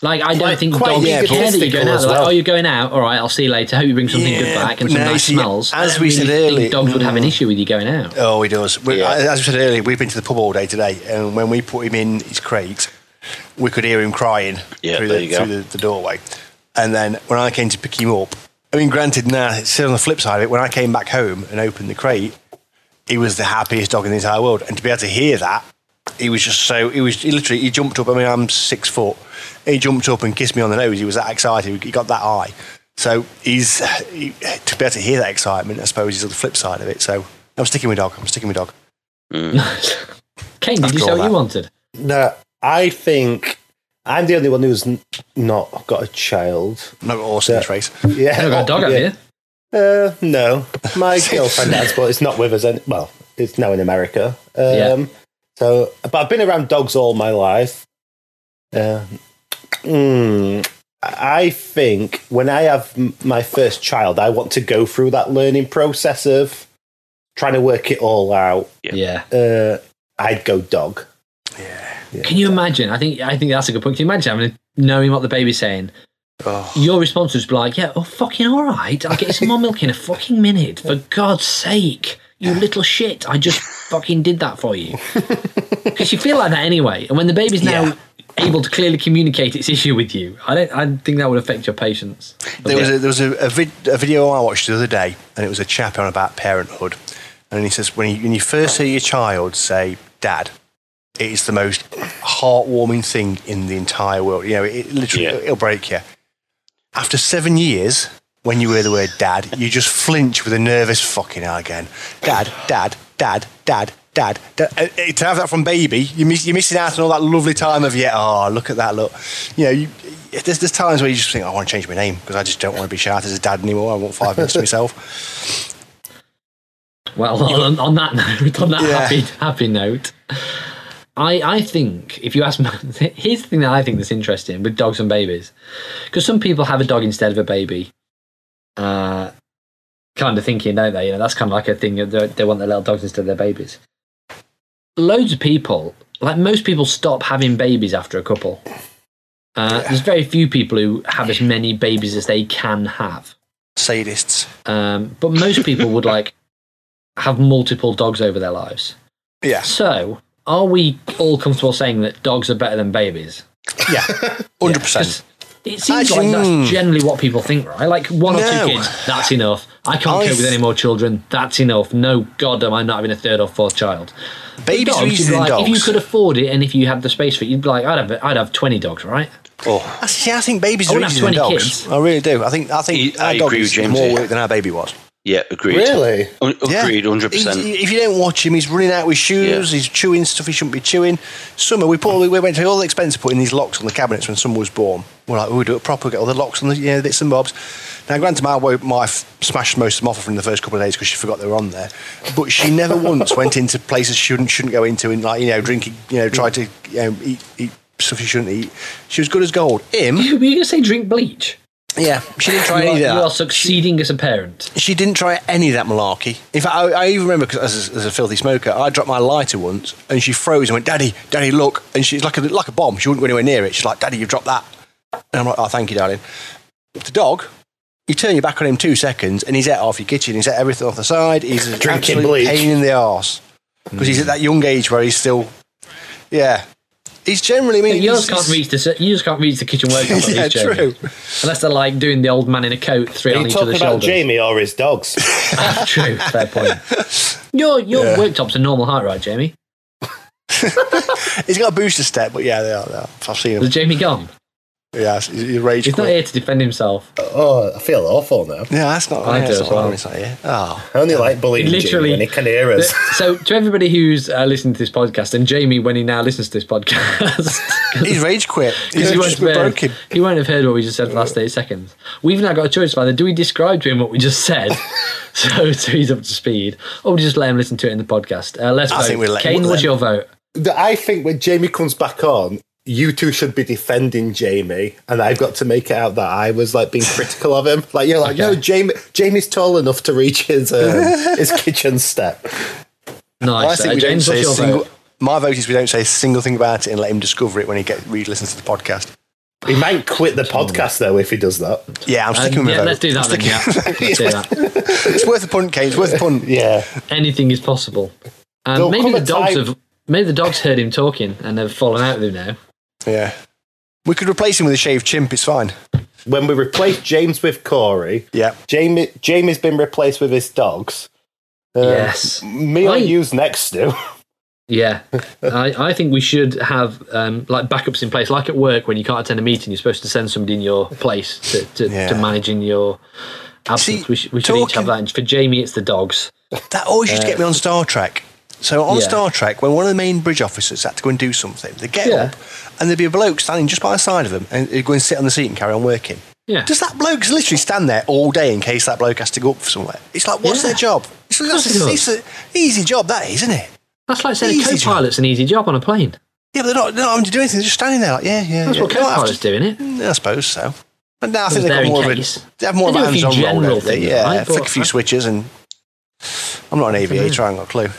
A: Like I don't
C: Quite-
A: think
C: quite
A: dogs care that you're
C: egotistical
A: going out.
C: as
A: They're like,
C: well.
A: oh, you're going out. All right, I'll see you later. Hope you bring something good
B: Yeah,
A: back and
B: but
A: some
B: now you
A: nice
B: see,
A: smells. I
B: as
A: don't
B: we said
A: think
B: earlier- mm.
A: dogs would have an issue with you going out.
B: Oh, he does. We,
D: Yeah.
B: I- As I said earlier, we've been to the pub all day today, and when we put him in his crate, we could hear him crying
D: Yeah,
B: through,
D: there
B: the,
D: you go.
B: through the, the doorway. And then when I came to pick him up, I mean, granted, now nah, still on the flip side of it, when I came back home and opened the crate, he was the happiest dog in the entire world, and to be able to hear that, he was just so he was he literally he jumped up. I mean, I'm six foot. He jumped up and kissed me on the nose. He was that excited. He got that eye. So he's he, to be able to hear that excitement, I suppose, is the flip side of it. So I'm sticking with dog. I'm sticking with dog.
A: <laughs> Kane, did
B: After
A: you say
B: all
A: what you
B: that.
A: wanted?
C: No, I think I'm the only one who's n- not got a child.
B: I'm not awesome in this race.
C: Yeah,
A: I've got a dog
C: yeah.
A: out here.
C: Uh,
A: <laughs>
C: no, my girlfriend has, but it's not with us. Any- well, it's now in America. Um,
A: Yeah.
C: So, but I've been around dogs all my life. Uh, mm, I think when I have m- my first child, I want to go through that learning process of trying to work it all out.
D: Yeah.
A: Yeah.
C: Uh, I'd go dog.
A: Can you imagine? I think I think that's a good point. Can you imagine having knowing what the baby's saying?
B: Oh,
A: Your response would be like, "Yeah, oh fucking all right. I'll get you some more milk in a fucking minute.
B: <laughs>
A: For God's sake, you little shit! I just fucking did that for
B: <laughs>
A: you." Because you feel like that anyway. And when the baby's now
B: Yeah.
A: able to clearly communicate its issue with you, I don't. I think that would affect your patience.
B: there was a, there was a, a, vid, a video I watched the other day, and it was a chap on about parenthood, and he says when you, when you first hear your child say "dad," it is the most heartwarming thing in the entire world. You know, it, it literally
D: Yeah.
B: it'll break you. After seven years, when you hear the word "dad," you just flinch with a nervous fucking "ah" again. Dad, dad, dad, dad. Dad, dad. Uh, uh, to have that from baby, you miss, you're missing out on all that lovely time of yeah. Oh, look at that! Look, you know, you, there's, there's times where you just think "Oh, I want to change my name because I just don't want to be shouted as dad anymore. I want five minutes to myself.
A: Well, on, on that <laughs> note, on that
B: Yeah.
A: happy happy note, I I think if you ask me, <laughs> here's the thing that I think that's interesting with dogs and babies, because some people have a dog instead of a baby, uh, kind of thinking, don't they? You know, that's kind of like a thing that they- they want their little dogs instead of their babies. Loads of people, like most people, stop having babies after a couple. Uh, There's very few people who have as many babies as they can have.
B: Sadists.
A: Um, but most people would like have multiple dogs over their lives.
B: Yeah,
A: So, are we all comfortable saying that dogs are better than babies? <laughs>
B: yeah,
A: 'Cause
B: hundred percent.
A: It seems
B: Actually,
A: like
B: mm.
A: that's generally what people think, right? Like one or
B: No.
A: two kids, that's enough. I can't
B: I
A: cope with
B: th-
A: any more children. That's enough. No, God, am I not having a third or fourth child? But
B: Babies are
A: dogs,
B: easier
A: you'd be
B: than
A: like,
B: dogs.
A: If you could afford it and if you had the space for it, you'd be like, I'd have, I'd have twenty dogs, right?
D: Oh,
B: I, see, I think babies
A: I
B: are
A: wouldn't
B: easier
A: have
B: than
A: 20
B: dogs.
A: kids.
B: I really do. I think I think
D: He- I
B: our dog
D: agree with
B: is
D: James
B: more
D: here.
B: work than our baby was.
D: yeah, agreed.
C: Really?
D: Un- agreed, hundred
B: He-
D: percent.
B: he- If you don't watch him, he's running out with shoes.
D: Yeah.
B: He's chewing stuff he shouldn't be chewing. Summer, we put we went to all the expense of putting these locks on the cabinets when Summer was born. We're like, oh, we'll do it proper, get all the locks on the you know, bits and bobs. Now, granted, my wife my f- smashed most of them off from the first couple of days because she forgot they were on there. But she never once went into places she shouldn't shouldn't go into and like you know drinking, you know, try to you know eat eat stuff she shouldn't eat. She was good as gold. Him,
A: Were you going to say drink bleach?
B: yeah, she didn't try
A: You are,
B: any
A: you
B: of that
A: are succeeding as a parent.
B: she didn't try any of that malarkey. In fact, I, I even remember because as, a- as a filthy smoker, I dropped my lighter once, and she froze and went, "Daddy, Daddy, look!" And she's like a like a bomb. She wouldn't go anywhere near it. She's like, "Daddy, you dropped that," and I'm like, "Oh, thank you, darling." The dog, you turn your back on him two seconds, and he's out off your kitchen. He's at everything off the side.
C: <laughs>
B: He's an
C: Drinking
B: absolute
C: bleach.
B: pain in the arse because he's at that young age where he's still, yeah. He's generally, I mean,
A: Yours
B: he's- <laughs>
A: can't
B: he's-
A: reach the you just can't reach the kitchen workshop. on
B: <laughs> Yeah,
A: these children.
B: true.
A: Unless they're like doing the old man in a coat, three
C: Are
A: on
C: you
A: each other's
C: talking about
A: shoulders.
C: Jamie or his dogs?
A: <laughs> True, fair point. Your your
B: Yeah.
A: worktop's a normal height, right, Jamie?
B: He's got a booster step, but yeah, they are. They are. I've seen
A: Is
B: him.
A: Jamie gone?
B: Yeah, he's, he's rage.
A: He's not
B: quit.
A: here to defend himself.
C: oh, I feel awful now.
B: Yeah, that's not.
A: I do
B: yeah, that's
A: as
B: not
A: well.
B: wrong, It's not, yeah. Oh,
C: I only like bullying
A: Literally-
C: Jamie when he can hear us.
A: So, to everybody who's uh, listening to this podcast, and Jamie when he now listens to this
B: <laughs>
A: podcast,
B: he's
A: <laughs>
B: rage quit.
A: Because
B: He's
A: he,
B: just
A: won't have
B: broken.
A: heard, he won't have heard what we just said for the last 30 seconds. We've now got a choice of either do we describe to him what we just said <laughs> so, so he's up to speed, or we just let him listen to it in the podcast? Uh, let's
B: I
A: vote.
B: think we'll let him-
A: Kane,
B: we'll
A: what's
B: let
A: your vote?
C: that I think when Jamie comes back on, you two should be defending Jamie, and I've got to make it out that I was like being critical of him. Like you're like, no, Jamie, Jamie's tall enough to reach his <laughs> um, his kitchen step.
B: I
A: Nice.
B: think
A: Uh,
B: we
A: James,
B: don't
A: what's
B: say a
A: your
B: single.
A: vote?
B: My vote is we don't say a single thing about it and let him discover it when he get re listens to the podcast.
C: He might quit the podcast though if he does that.
B: Yeah,
A: Um,
B: I'm sticking with
A: yeah,
B: my
A: let's
B: vote.
A: do that then. Yeah. Let's do that.
B: It's worth a punt, Kane. It's worth
A: <laughs>
B: a punt.
C: Yeah,
A: Anything is possible. Um,
C: There'll
A: maybe
C: come
A: the
C: a
A: dogs
C: time-
A: have maybe the dogs heard him talking and they've fallen out with him now.
B: Yeah. We could replace him with a shaved chimp. It's fine.
C: when we replace James with Corey,
B: Yeah.
C: Jamie Jamie's been replaced with his dogs. Um,
A: Yes.
C: me or
A: Right.
C: <laughs> you's next, Stu.
A: Yeah, I, I think we should have um, like backups in place, like at work when you can't attend a meeting, you're supposed to send somebody in your place to, to,
B: Yeah.
A: to manage in your absence.
B: See,
A: we should, we should each have
B: talking-
A: that. And for Jamie, it's the dogs.
B: That always used to get me on Star Trek. So on
A: Uh, Yeah.
B: Star Trek, when one of the main bridge officers had to go and do something, they'd get
A: Yeah.
B: up and there'd be a bloke standing just by the side of them and he'd go and sit on the seat and carry on working.
A: Yeah,
B: Does that bloke literally stand there all day in case that bloke has to go up somewhere? It's like, what's
A: Yeah.
B: their job? It's, like,
A: course
B: that's,
A: it
B: a,
A: does.
B: it's an easy job, that is, isn't it?
A: that's like saying a
B: Easy job.
A: co-pilot's an easy job on a plane.
B: Yeah, but they're not, they're not having to do anything. They're just standing there like, yeah, yeah.
A: That's
B: yeah.
A: what
B: You know, I have
A: co-pilot's doing it.
B: to- yeah, I suppose so. But now I
A: It's
B: think they've
A: there
B: got
A: in
B: more of a,
A: case.
B: they have more
A: They
B: of a
A: do a few
B: hands-on role.
A: general
B: don't they?
A: things,
B: Yeah,
A: right?
B: flick
A: But-
B: a few switches and... I'm not an aviator, I haven't got a clue.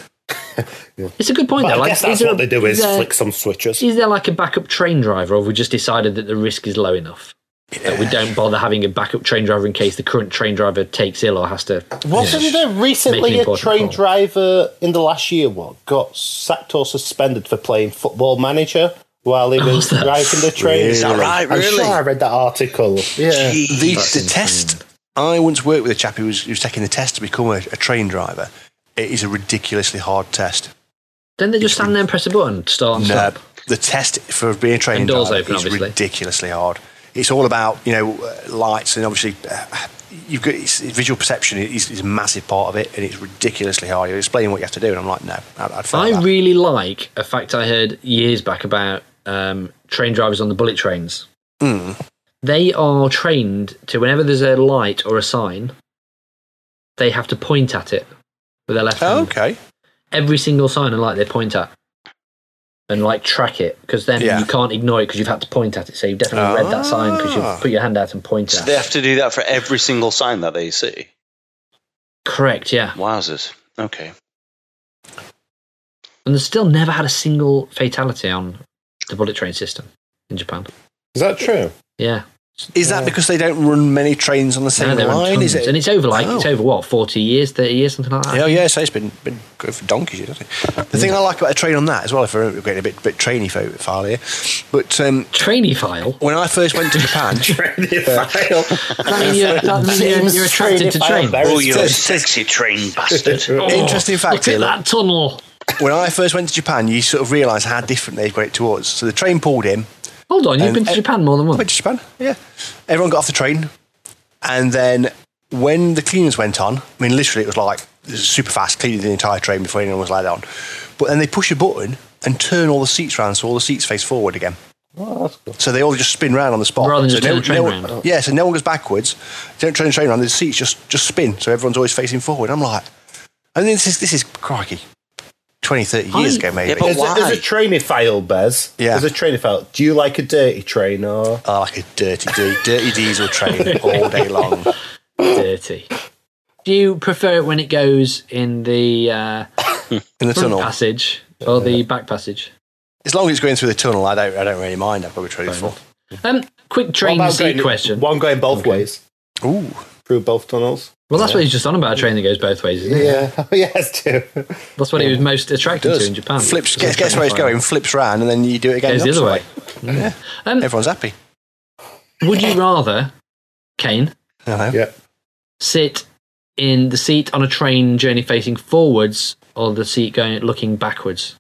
A: It's a good point.
C: But
A: though.
C: I
A: Like,
C: guess
A: is
C: that's
A: there
C: what
A: a-
C: they do is
A: there-
C: flick some switches.
A: Is there like a backup train driver, or have we just decided that the risk is low enough that we don't bother having a backup train driver in case the current train driver takes ill or has to?
C: Wasn't there
A: Making
C: recently a
A: important
C: train
A: call.
C: driver in the last year what got sacked or suspended for playing football manager while he was
A: was Oh, that?
C: driving the train?
B: Is that right,
C: I'm
B: really?
C: sure I read that article. Yeah.
B: the, the test. I once worked with a chap who was, who was taking the test to become a, a train driver. It is a ridiculously hard test.
A: Then they just stand there and press a button, start and
B: No,
A: stop.
B: the test for being a train
A: And doors
B: driver
A: open,
B: is
A: obviously.
B: ridiculously hard. It's all about you know uh, lights and obviously uh, you've got it's, it's visual perception is, is a massive part of it, and it's ridiculously hard. You're explaining what you have to do, and I'm like, no, I'd, I'd fail
A: I
B: that.
A: really like a fact I heard years back about um, train drivers on the bullet trains.
B: Mm.
A: They are trained to whenever there's a light or a sign, they have to point at it with their left
B: Oh,
A: hand.
B: okay,
A: Every single sign and light they point at and like track it because then
B: Yeah.
A: you can't ignore it because you've had to point at it. So you've definitely read that sign because
B: Ah.
A: you've put your hand out and pointed
D: So
A: at
D: they
A: it.
D: have to do that for every single sign that they see.
A: Correct, yeah.
D: Wowzers. Okay.
A: And there's still never had a single fatality on the bullet train system in Japan.
C: Is that true?
A: Yeah.
B: is that because they don't run many trains on the
A: No,
B: same
A: they're on
B: line? Is
A: tons.
B: it?
A: And it's over like
B: Oh.
A: it's over what forty years, thirty years, something like that.
B: Yeah, yeah, so it's been been good for donkeys, years, hasn't it? The thing I like about a train on that as well, if we're getting a bit bit trainy fo- file here, but um,
A: Trainee
B: <laughs>
A: file.
B: when I first went
A: <laughs>
B: to Japan,
A: I mean, you're, that means you're, you're attracted to train.
D: Oh,
C: Very
D: you're a
B: It's-
D: sexy train bastard.
B: interesting fact
A: Look at
B: here, look.
A: that tunnel.
B: when I first went to Japan, you sort of realise how different they've got it to us. So the train pulled in.
A: Hold on, you've
B: And- uh,
A: been to
B: and-
A: Japan more than
B: I went
A: once.
B: to Japan. Yeah, everyone got off the train, and then when the cleaners went on, I mean, literally, it was like super fast cleaning the entire train before anyone was allowed on. But then they push a button and turn all the seats round, so all the seats face forward again. So they all just spin round on the spot.
A: Rather than
B: so
A: just turn the train
B: one-
A: round.
B: Yeah, so no one goes backwards. They don't turn the train round. The seats just, just spin. So everyone's always facing forward. I'm like, I mean, this is, this is crikey, 20, 30 years
A: I-
B: ago, maybe.
D: Yeah, but
C: There's a,
D: why?
C: there's a trainy file, Bez.
B: Yeah.
C: There's a trainy file. Do you like a dirty train or?
B: I like a dirty, dirty, dirty diesel train all day long.
A: Dirty. Do you prefer it when it goes in the uh,
B: In the
A: front
B: tunnel.
A: passage or the back passage?
B: As long as it's going through the tunnel, I don't, I don't really mind. I've got to be truthful.
A: Um, quick train
C: What about
A: seat
C: going-
A: question.
C: One going both ways
B: Ooh.
C: through both tunnels.
A: Well, that's what he's just on about a train that goes both ways, isn't it?
C: Yeah. <laughs> yes, too.
A: That's what he was most attracted to in Japan.
B: Flips,
A: It's a
B: guess, guess
A: train
B: where it's
A: file.
B: going, flips round, and then you do it again.
A: Goes the other way. Um,
B: Everyone's happy.
A: Would you rather, Kane,
B: Uh-huh.
C: Yeah.
A: sit in the seat on a train journey facing forwards or the seat going looking backwards?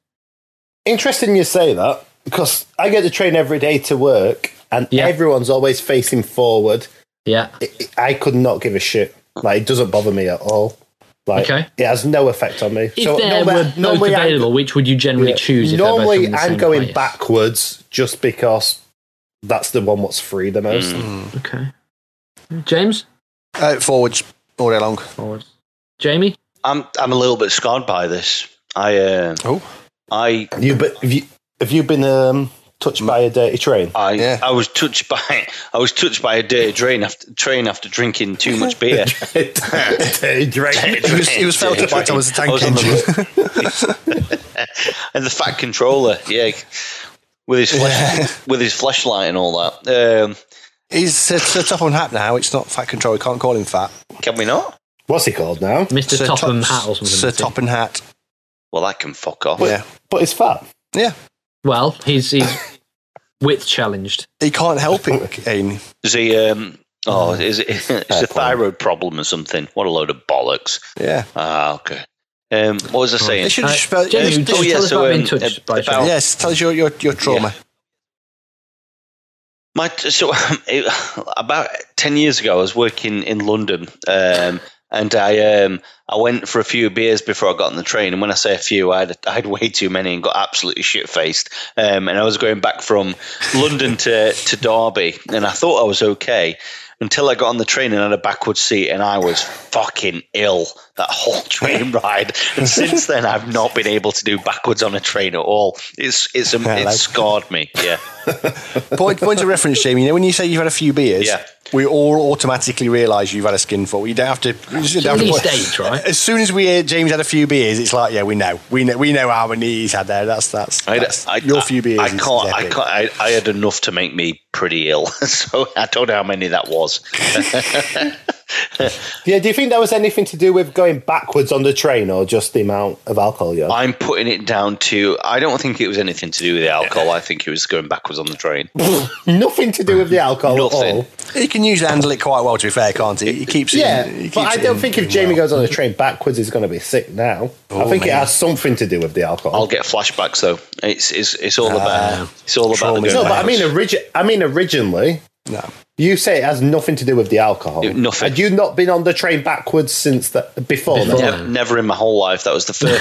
C: Interesting you say that because I get the train every day to work and
A: Yeah.
C: everyone's always facing forward.
A: Yeah.
C: I- I could not give a shit. Like it doesn't bother me at all. Like
A: Okay.
C: it has no effect on me.
A: If there
C: normally-
A: were both
C: normally I-
A: available, which would you generally
C: yeah,
A: choose? If they're both
C: normally
A: in the
C: I'm
A: same
C: going
A: place?
C: backwards just because that's the one what's free the most.
A: Okay. James?
B: Uh, forwards all day long.
A: Forwards. Jamie?
D: I'm, I'm a little bit scarred by this. I, uh,
B: Oh.
D: I
C: You but have you have you been um, touched by a dirty train?
D: I
B: Yeah.
D: I was touched by I was touched by a dirty drain after train after drinking too much beer.
C: <laughs>
B: <laughs>
C: dirty train.
B: He was, he
A: <laughs>
B: was felt
D: Dirty
B: by Tom
D: drain.
B: as a
D: I
B: tank
D: was on the
B: engine.
D: <laughs> and the fat controller, yeah, with his flash,
B: Yeah.
D: with his flashlight and all that. Um,
B: <laughs> He's Sir, Sir Top on Hat now. It's not fat control. We can't call him fat.
D: can we not?
C: <laughs> What's he called now?
A: Mr.
B: Sir
A: Topham
B: Top-
A: Hat or something.
B: Sir
A: isn't he?
B: Top and Hat.
D: Well, I can fuck off.
B: Yeah.
C: But it's fat.
B: Yeah.
A: Well, he's, he's width challenged.
B: He can't help it,
A: <laughs>
B: Kane.
D: Is he? Um, oh,
B: Mm.
D: <laughs> is it? It's a thyroid problem or something. What a load of bollocks.
B: Yeah.
D: Ah, okay. Um, what was I saying?
B: They should
A: Uh,
B: just spell.
A: Jamie,
B: they-
A: would
B: they
A: you
D: oh,
B: should-
D: yeah,
A: tell us
D: so,
A: about being
D: um,
A: touched by
D: about-
A: children?
B: Yes, tell us your, your, your trauma.
D: My so <laughs> it, about ten years ago, I was working in London, um, and I um, I went for a few beers before I got on the train. And when I say a few, I had I had way too many and got absolutely shit faced. Um, and I was going back from London to to Derby, and I thought I was okay until I got on the train and had a backward seat, and I was fucking ill that whole <laughs> train ride. And since then, I've not been able to do backwards on a train at all. It's it's um,
B: Hello.
D: it's scarred me. Yeah.
B: Point, point of reference, Jamie. You know, when you say you've had a few beers,
D: Yeah.
B: we all automatically realise you've had a skinful. You don't have to. You don't have to
A: Least age, right?
B: As soon as we hear James had a few beers, it's like, yeah, we know. We know, we know how many he's had there. That's that's,
D: I,
B: that's
D: I,
B: your few beers.
D: I
B: is- is
D: can't. I
B: epic.
D: can't. I, I had enough to make me pretty ill, <laughs> so I don't know how many that was.
C: Yeah, do you think that was anything to do with going backwards on the train or just the amount of alcohol you had?
D: I'm putting it down to. I don't think it was anything to do with the alcohol. I think it was going backwards on the train.
C: Nothing to do with the alcohol at
D: Nothing.
C: all.
B: He can usually handle it quite well, to be fair, can't he? He keeps it.
C: Yeah,
B: in- he keeps
C: but I
B: it
C: don't
B: in-
C: think if
B: in
C: Jamie
B: well. Oh,
C: goes on a train backwards, he's going to be sick now. I think it
B: man.
C: has something to do with the alcohol.
D: I'll get flashbacks though. It's it's, it's all about it's all about.
B: trauma.
D: The going
C: no, but I
D: backwards.
C: mean, origi- I mean originally,
B: No.
C: you say it has nothing to do with the alcohol.
D: It- nothing.
C: Had you not been on the train backwards since that before?
A: Before.
C: then?
A: Yeah.
D: Never, never in my whole life. That was the
B: <laughs>
D: first.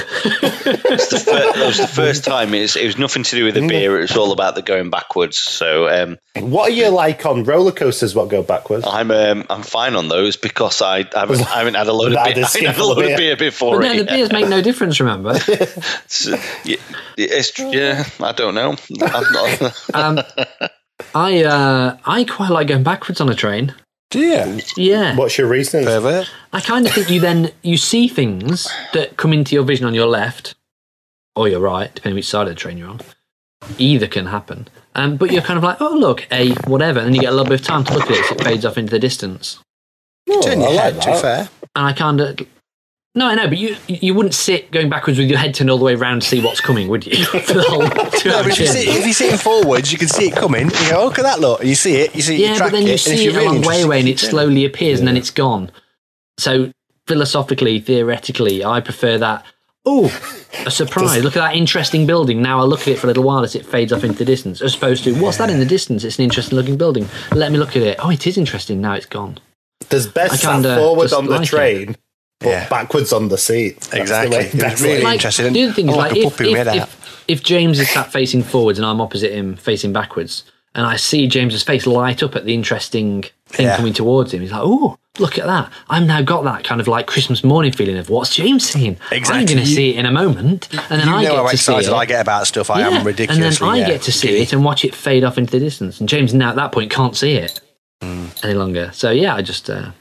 D: the fir- that was the first time. It was, it was nothing to do with the beer. It was all about the going backwards. So um,
C: What are you like on roller coasters? What go backwards?
D: I'm um, I'm fine on those because I haven't, I haven't had a load of
C: That
D: beer. <laughs>
C: is
D: I haven't had a
C: skinful
D: load
C: beer.
D: of beer before.
A: But no,
D: it.
A: the beers make no difference, remember?
D: It's, uh, <laughs> y- it's, yeah, I don't know. I'm not,
B: <laughs>
A: Um, I uh, I quite like going backwards on a train.
B: Dear.
A: Yeah,
C: What's your reason?
A: Uh,
B: Pervert.
A: I kind of think you then you see things that come into your vision on your left or your right, depending which side of the train you're on. Either can happen, um, but you're kind of like, oh look, a whatever, and then you get a little bit of time to look at it. So it fades off into the distance,
C: Oh,
B: Turn your
C: I
B: head,
C: like
B: to be
C: that.
B: fair.
A: and I kind of. No, I know, but you you wouldn't sit going backwards with your head turned all the way around to see what's coming, would you? <laughs> For the whole two
B: No,
A: hour
B: but if you,
A: journey.
B: see, if you see it forwards, you can see it coming. You go, oh, look at that, look. You see it, you see it,
A: Yeah,
B: you
A: but
B: track
A: then you
B: it, and if
A: see
B: you're
A: it
B: really
A: a long way
B: interested,
A: away and
B: you
A: it
B: turn
A: slowly appears and then it's gone. So philosophically, theoretically, I prefer that. Oh, a surprise. look at that interesting building. Now I look at it for a little while as it fades off into the distance, as opposed to, what's that in the distance? It's an interesting looking building. Let me look at it. Oh, it is interesting. Now it's gone.
C: There's
A: I
C: best sat
A: kinda
C: forward
A: just
C: on the
A: like it.
C: train, but
B: Yeah.
C: backwards on the seat. That's the
B: Exactly.
C: way-
B: It was
C: <laughs> that's
B: really-
C: the way-
B: interested in-
A: The other thing is,
B: Oh,
A: like,
B: like a
A: if,
B: puppy
A: if,
B: made out.
A: if, if James is sat facing forwards and I'm opposite him facing backwards, and I see James's face light up at the interesting thing
B: Yeah.
A: coming towards him, he's like, "Oh, look at that!" I've now got that kind of like Christmas morning feeling of what's James seeing? I'm
B: Exactly.
A: going to
B: You-
A: see it in a moment, and then
B: you
A: I
B: know
A: get
B: how
A: to see
B: excited
A: it.
B: I get about stuff. I
A: Yeah,
B: am ridiculously.
A: and then I
B: yeah,
A: get to see
B: giddy.
A: it and watch it fade off into the distance. And James now at that point can't see it
B: Mm.
A: any longer. So yeah, I just uh,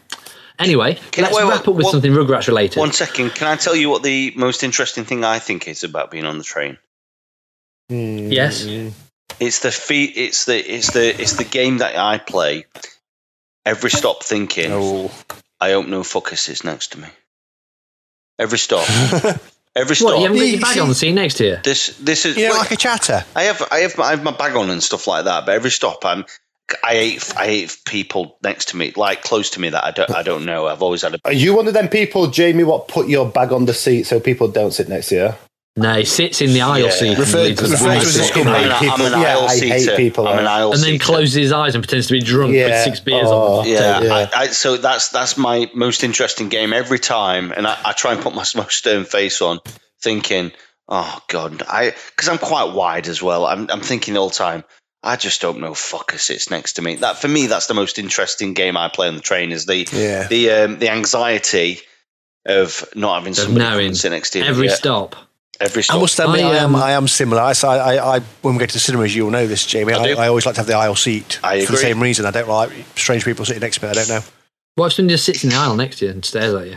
A: anyway,
D: Can I-
A: let's
D: wait, wait,
A: wrap up with
D: one-
A: something Rugrats related.
D: one second. Can I tell you what the most interesting thing I think is about being on the train?
A: yes,
D: It's the feet. It's the it's the it's the game that I play. Every stop, thinking
B: Oh.
D: I hope no fucker sits next to me.
B: <laughs>
D: Every stop, every
A: what
D: stop.
A: you haven't got
B: You
A: your bag
B: see-
A: on the seat next to you?
D: this this is
B: You know,
D: wait,
B: like a chatter.
D: I have I have I have my bag on and stuff like that, but every stop I'm I hate I hate people next to me, like close to me that I don't I don't know. I've always had a
C: Are you one of them people, Jamie, what put your bag on the seat so people don't sit next to you?
A: No, he sits in the aisle
D: Yeah.
A: seat and,
B: Referred-
A: leads us
B: referred
A: back.
B: to as a
D: I'm
B: scumbag.
D: an, I'm an
C: People- yeah,
D: aisle
C: I hate
D: seater.
C: people
D: I'm
C: like
D: an
C: that.
D: aisle
A: and
D: seater.
A: then closes his eyes and pretends to be drunk with
C: Yeah.
A: six beers
C: Oh,
A: on.
D: Yeah,
C: yeah.
D: I, I, so that's that's my most interesting game every time, and I, I try and put my <laughs> most stern face on, thinking, "Oh God," I because I'm quite wide as well. I'm I'm thinking all the time. I just don't know. Fucker sits next to me. That for me, that's the most interesting game I play on the train. Is the
B: Yeah.
D: the um, the anxiety of not having somebody
A: knowing
D: sit next to you.
A: Every
D: Yeah,
A: stop.
D: every
B: I
D: stop.
B: must admit,
A: I,
B: I,
A: um,
B: um, I am similar. I, so I, I, I, when we go to the cinemas, you'll know this, Jamie. I,
D: do.
B: I, always like to have the aisle seat
D: I
B: for the
D: agree.
B: same reason. I don't like strange people sitting next to me. I don't know.
A: What if someone just sits in the aisle next to you and stares at you?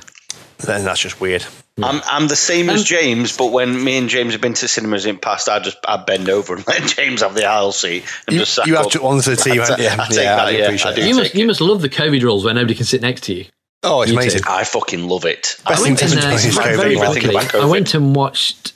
B: Then that's just weird.
D: I'm I'm the same
A: Um,
D: as James, but when me and James have been to cinemas in past, I just I bend over and <laughs> let James have the aisle seat and
B: You,
D: just sack
B: you have
D: up.
B: to answer the team.
D: I
B: haven't you?
D: take-
B: yeah,
D: I take that,
B: I do
D: yeah,
B: appreciate
D: I do.
B: that.
A: You
D: take
A: must, you
D: it.
A: must love the COVID rules where nobody can sit next to you.
B: Oh, it's
A: You
B: amazing.
A: too.
D: I fucking love it.
B: Best
A: I
B: thing
A: went,
B: to
A: and,
B: happen to
A: uh,
B: me is
A: right, very
B: COVID.
D: Everything
A: quickly,
D: about
A: I
D: COVID.
A: went and watched.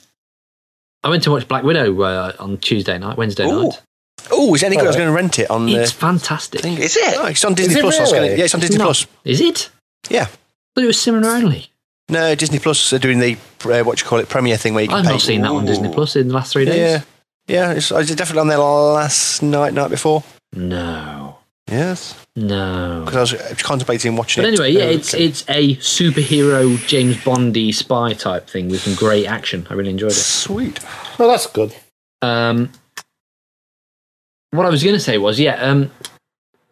A: I went to watch Black Widow uh, on Tuesday night, Wednesday
B: Ooh.
A: night.
B: Oh, is it any good? I was going to rent it on
A: It's
B: the
A: fantastic.
B: thing.
D: Is it?
B: Oh, it's on Disney
C: it
B: Plus. I was
C: really?
B: gonna- yeah, it's on
A: It's
B: Disney
A: not-
B: Plus.
A: Is it?
B: Yeah.
A: But it was cinema only.
B: No, Disney Plus are doing the uh, what you call it premiere thing where you can
A: I've
B: pay.
A: not seen that on Disney Plus in the last three days.
B: Yeah, yeah. It's, I was definitely on there last night, night before.
A: No,
B: Yes,
A: no.
B: because I was uh, contemplating watching
A: But
B: it.
A: anyway, yeah,
B: uh,
A: it's it's a superhero James Bondy spy type thing with some great action. I really enjoyed it.
B: sweet.
C: Well, that's good.
A: Um, what I was going to say was, yeah, um,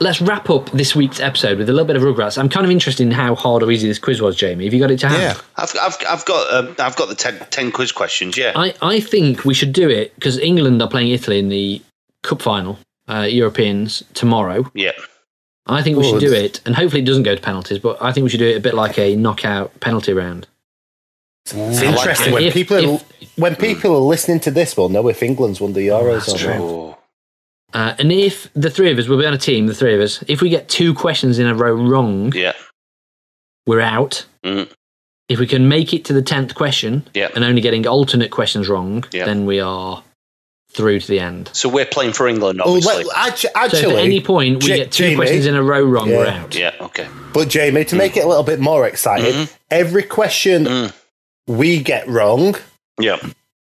A: let's wrap up this week's episode with a little bit of Rugrats. I'm kind of interested in how hard or easy this quiz was, Jamie. Have you got it to hand?
B: Yeah,
D: I've, I've, I've got um, I've got the ten, 10 quiz questions. Yeah,
B: Uh,
A: I, I think we should do it because England are playing Italy in the cup final, uh, Europeans tomorrow.
D: yeah.
A: I think we should
C: Good.
A: do it, and hopefully it doesn't go to penalties. But I think we should do it a bit like a knockout penalty round.
C: It's
D: like
C: interesting
D: it.
C: when
A: If-
C: people are,
A: if-
C: when people are listening to this, will know if England's won the Euros
A: That's
C: or not.
D: Oh.
A: Uh, and if the three of us, we'll be on a team, the three of us. If we get two questions in a row wrong,
D: Yeah,
A: we're out.
D: Mm.
A: If we can make it to the tenth question
D: yeah.
A: and only getting alternate questions wrong,
D: Yeah.
A: then we are through to the end.
D: So we're playing for England,
C: Oh,
D: obviously.
C: let, actu-
A: So if
C: actually,
A: at any point we
C: Ja-
A: get two
C: Jamie?
A: questions in a row wrong, we're
C: Yeah.
A: out.
D: yeah, okay.
C: but Jamie, to make it a little bit more exciting,
D: Mhm.
C: every question
D: Mm.
C: we get wrong,
D: Yeah.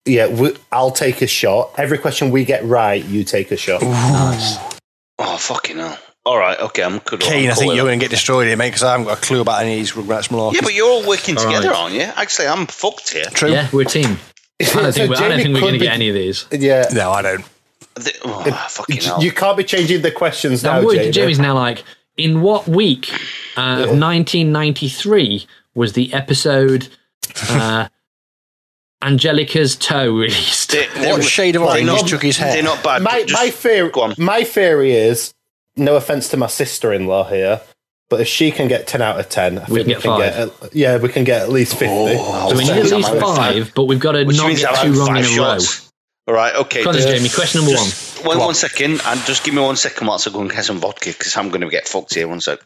C: yeah, we, I'll take a shot. Every question we get right, you take a shot.
A: Nice.
D: Oh fucking hell! All right, okay, I'm good.
B: Kane,
D: I'm
B: I think
D: cool
B: you're
D: with
B: going to get destroyed here, mate, because I haven't got a clue about any of these Rugrats
D: that.
B: malarkey.
D: Yeah, but you're all working
A: All
D: together,
A: right.
D: aren't you? Actually, I'm fucked here.
B: true.
A: Yeah, we're a team. I don't think,
C: So
A: we're, I don't
C: Jamie
A: think we're
C: could
A: going to
C: be-
A: get any of these.
C: Yeah,
B: No, I don't.
D: The- oh, fucking
C: J-
D: hell!
C: you can't be changing the questions now,
A: I'm worried
C: Jamie.
A: that Jamie's now like, in what week uh, of 1993 was the
C: <laughs>
A: episode uh, Angelica's Toe released?
D: They- they
B: What
D: were-
B: shade of
D: they're
B: orange
D: not-
B: took his hair?
D: They're not bad.
C: my
D: but just-
C: my theory,
D: go on.
C: my theory is, no offense to my sister-in-law here, but if she can get ten out of ten, I
A: We
C: think
A: can get
C: we can get. a- yeah, we can get at least fifty.
D: Oh,
A: So we need
D: I'll
A: at
D: say
A: least
D: I'm out.
A: five, but we've got to
D: Which
A: not
D: means
A: get
D: I'll
A: two
D: have
A: wrong in
D: five
A: a row.
D: shots. All right, okay.
A: Come on,
D: just-
A: Jamie. Question number one.
D: One, one second, and just give me one second whilst I go and get some vodka because I'm going to get fucked here. One sec.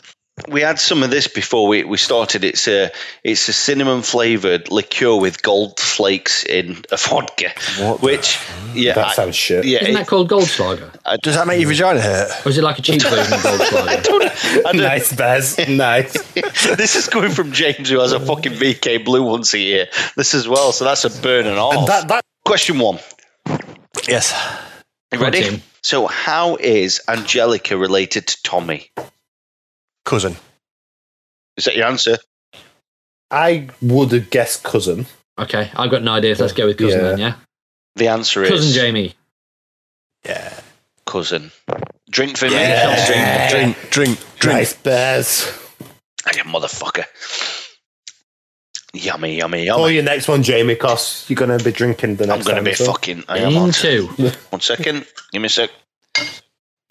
D: We had some of this before we, we started. It's a it's a cinnamon flavored liqueur with gold flakes in a vodka,
B: What the
D: which yeah
C: that
D: I-
C: sounds shit.
D: yeah.
A: Isn't that
D: it-
A: called Goldschlager?
B: Does that make your vagina hurt?
A: Or is it like a cheap version
D: <laughs>
A: of Goldschlager?
D: I don't-
C: nice, Bez.
D: <laughs>
C: Nice.
D: <laughs> this is coming from James, who has a fucking VK blue once a year. This as well, so that's a burn and all.
C: that that
D: Question one.
B: Yes.
A: Come
D: You
A: on,
D: ready?
A: Tim.
D: So, how is Angelica related to Tommy?
B: Cousin.
D: Is that your answer?
C: I would have guessed cousin.
A: Okay, I've got no idea. So let's go with cousin
C: Yeah.
A: then, yeah?
D: The answer is
A: Cousin Jamie.
B: Yeah.
D: cousin. Drink for me.
B: Yeah.
D: Drink,
B: Drink, drink, drink.
C: Nice, Bez.
D: drink. Ah, You motherfucker. Yummy, yummy,
C: Oh,
D: yummy.
C: your next one, Jamie, because you're going to be drinking the
D: I'm
C: next
D: going to
C: time
D: be
C: as well.
D: fucking. I am
A: In
D: on.
A: two. <laughs>
D: One second. Give me a sec.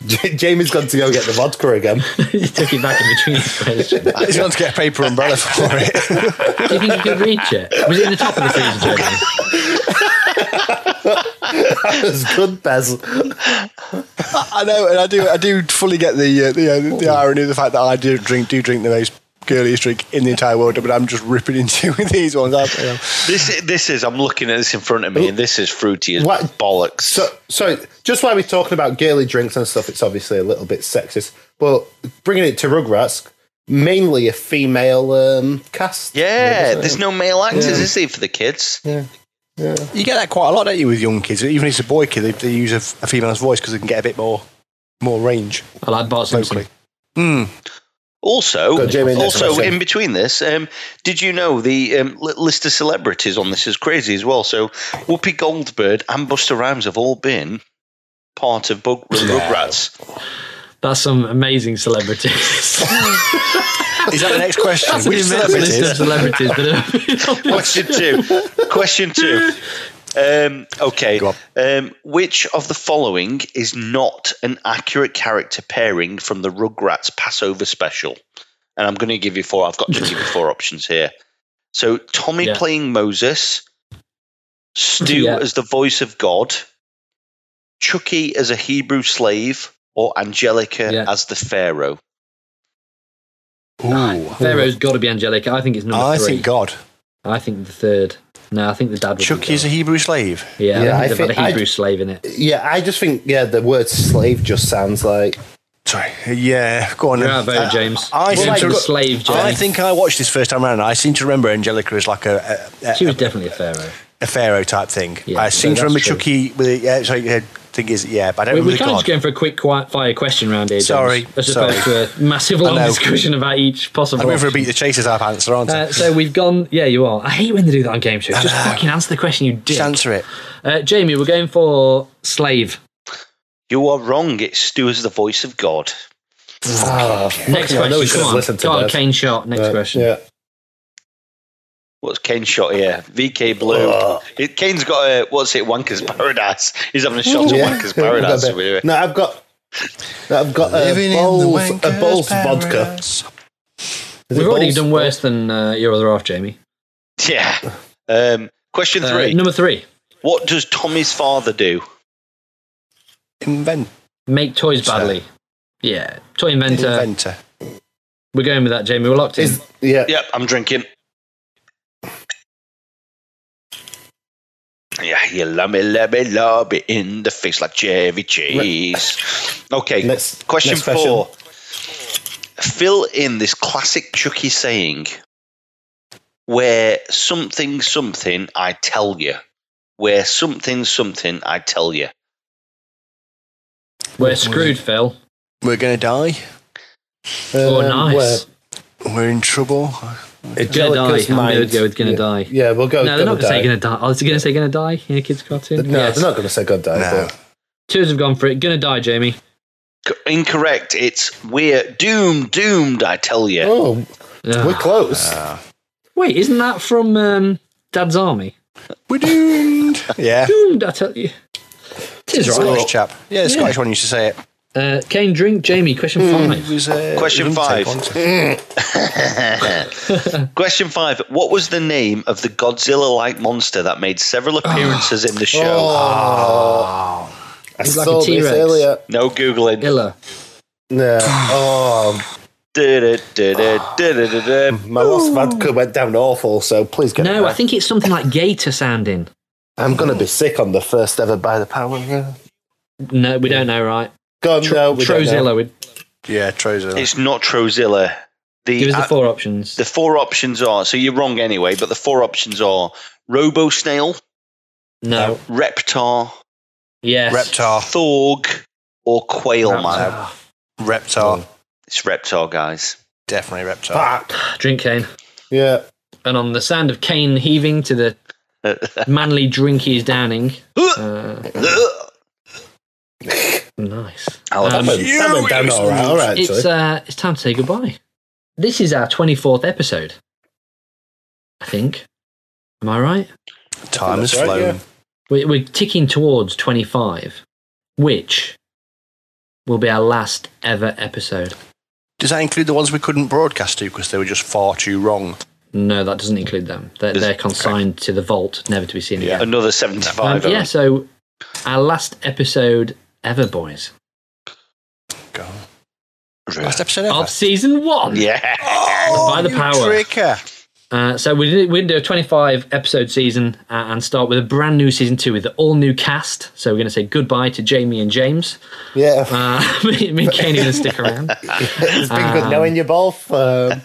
C: Jamie's gone to go get the vodka again. <laughs>
A: you took it back in between the questions.
B: He's going to get a paper umbrella for it.
A: Do you think you could reach it? Was it in the top of the freezer, Jamie?
C: that was good, Bez.
B: I know, and I do. I do fully get the uh, the, uh, the irony of the fact that I do drink do drink the most girliest drink in the entire world, but I'm just ripping into <laughs> these ones. I, you know.
D: This, this is. I'm looking at this in front of me, and this is fruity as
C: What?
D: bollocks.
C: So, so just while we're talking about girly drinks and stuff, it's obviously a little bit sexist, but bringing it to Rugrats, mainly a female um, cast.
D: yeah, there's no male actors, is there, for the kids?
B: You get that quite a lot, don't you, with young kids? Even if it's a boy kid, they, they use a, a female's voice because they can get a bit more more range
A: I like Bart Simpson.
B: vocally.
A: Hmm.
B: Mm.
D: Also,
C: Got Jamie next
D: also
C: question.
D: in between this, um, did you know the um, li- list of celebrities on this is crazy as well? So Whoopi Goldberg and Buster Rhymes have all been part of Bug- Rugrats.
A: That's some amazing
B: <laughs>
A: celebrities.
B: Is that
A: <laughs>
B: the next question?
A: That's an
B: Which
A: immense
B: celebrities?
A: list of celebrities that are-
D: <laughs> Question two. Question two. Um, okay.
B: Go on.
D: Um, which of the following is not an accurate character pairing from the Rugrats Passover special? And I'm going to give you four. I've got to
A: <laughs>
D: give you four options here. So Tommy
A: Yeah.
D: playing Moses, Stu
A: Yeah.
D: as the voice of God, Chucky as a Hebrew slave, or Angelica
A: Yeah.
D: as the Pharaoh.
B: Ooh.
A: Pharaoh's got to be Angelica. I think it's number
B: I
A: three.
B: think God.
A: I think the third. No, I think the dad. would be
B: Chucky is a
A: God.
B: Hebrew slave.
A: Yeah,
C: Yeah,
A: I
C: I
A: think they've
C: think-
A: had a
C: I-
A: Hebrew slave in it.
C: Yeah, I just think yeah, the word slave just sounds like
B: sorry. Yeah, go on. then.
A: Bravo,
B: Uh,
A: James.
B: I,
A: You're
B: seem
A: like
B: to-
A: a slave, James.
B: I think I watched this first time around. and I seem to remember Angelica as like a a,
A: She
B: a,
A: was definitely a pharaoh.
B: a pharaoh type thing.
A: Yeah,
B: I seem
A: so
B: to remember
A: that's true.
B: Chucky with the yeah, sorry, uh, thing is yeah, but I
A: We, we're
B: don't really
A: kind of just going for a quick quiet fire question round here, James,
B: Sorry,
A: As
B: sorry.
A: opposed to a massive
B: I
A: long
B: know.
A: discussion about each possible.
B: I'm going for a
A: option.
B: beat the chasers type answer, aren't I?
A: Uh, so we've gone. Yeah, you are. I hate when they do that on game shows. Just
C: Uh,
B: know.
A: fucking answer the question, you dick.
B: Just answer it.
A: Uh, Jamie, we're going for slave.
D: You are wrong. It's Stu as the voice of God.
A: Next
C: hell, I know we
A: question.
C: should
A: Come
C: have
A: on,
C: listened to
A: Come on,
C: this.
A: Kane shot. Next
C: Uh,
A: question.
C: Yeah.
D: What's Kane's shot here? VK Blue.
C: Ugh.
D: It, Kane's got a what's it? Wanker's Paradise. He's having a shot at
C: Yeah. <laughs>
D: Wanker's Paradise.
C: I've got a
D: over here.
C: bit- no, I've got. No, I've got a
B: Living in
C: bowl,
B: the
C: a
B: wanker's
C: bowl of vodka.
B: paradise.
C: Is it
A: We've already
C: bowls-
A: done worse than uh, your other half, Jamie.
D: Yeah. Um, question
A: Uh,
D: three.
A: number three.
D: What does Tommy's father do?
B: Invent-
A: Make toys
B: So-
A: badly. Yeah, toy inventor.
B: Inventor.
A: We're going with that, Jamie. We're locked in.
C: Is, yeah.
D: Yep, I'm drinking. Yeah, you love me, love me, love me in the face like cherry cheese. Okay,
C: Next-
D: question
C: next question.
D: four. Fill in this classic Chucky saying where something, something I tell you. Where something, something I tell you.
A: We're screwed, Phil.
B: We're going to die.
A: Oh,
C: Um, where-
A: nice.
B: We're in trouble.
A: Gonna
C: Angelica's
A: die. I'm gonna
C: mind-
A: go with gonna
C: yeah.
A: die.
C: Yeah, we'll go.
A: No,
C: with
A: they're not going
C: gonna
A: to say
C: die.
A: gonna die. Oh, is it going to say gonna die in a kids' cartoon?
C: No,
A: yes.
C: they're not going to say gonna die.
B: No.
C: but-
A: Tours have gone for it. Gonna die, Jamie.
D: C- incorrect. It's we're doomed, doomed, I tell you.
C: Oh,
A: Ugh.
C: we're close.
A: Wait, isn't that from um, Dad's Army?
B: <laughs> We're doomed. Yeah.
A: Doomed, I tell you. Tis
B: Scottish
A: right.
B: chap. Yeah, the Scottish one used to say it.
A: Uh, Kane, drink. Jamie, question
B: It
C: Hmm.
A: five.
B: was, uh,
D: Question
B: it was
C: <laughs>
D: five.
B: intake, wasn't it?
D: Question five. What was the name of the Godzilla like monster that
C: <sighs>
D: made several appearances in the show?
C: Oh. I
A: Oh. He's like
C: saw
A: a
C: this
A: T-Rex.
C: earlier.
D: No Googling.
A: Illa. <sighs>
C: No. Oh,
D: Du-du, du-du, du-du, du-du.
C: my last vodka went down awful. So please get. it
A: No, I
C: back.
A: think it's something like Gator sounding.
C: I'm going to be sick on the first ever by the power.
A: No, we don't know, right?
C: Gone. no, we don't know.
A: Trozilla. Would
B: Yeah, Trozo.
D: It's not Trozilla. The,
A: give us the
D: uh,
A: four options.
D: the four options are so you're wrong anyway, but the four options are Robo Snail,
C: uh,
A: no.
D: Reptar,
A: Yes.
B: Reptar. Uh,
D: Thorg, or Quail Man.
A: Ah,
B: Reptar.
D: It's Reptar, guys.
B: Definitely Reptar.
C: Fuck.
A: Drink, Kane.
C: Yeah.
A: And on the sound of Kane heaving to
C: <laughs>
A: the manly drink he's downing. Uh, nice.
D: I'll have
A: Um,
C: That went- that went down all right. All right.
A: it's
C: actually.
A: uh, it's time to say goodbye. This is our twenty fourth episode. I think. Am I right?
B: Time has
C: That's right,
B: flown.
C: yeah.
A: We're, we're ticking towards twenty five, which will be our last ever episode.
B: Does that include the ones we couldn't broadcast to because they were just far too wrong?
A: No, that doesn't include them. They're,
D: Does-
A: they're consigned to the vault, never to be seen again.
D: Another
A: Um,
D: 75.
A: yeah. So our last episode ever, boys,
B: Go. Last episode ever.
A: of season one.
D: Yeah.
B: Oh,
A: By the
B: you
A: power.
B: Tricker.
A: Uh, so we did, we did do a 25 episode season uh, and start with a brand new season two with the all new cast. So we're going to say goodbye to Jamie and James.
C: yeah. <laughs>
A: Uh, <laughs> me, me and Kane are going to stick around.
C: It's been good knowing you both. Um,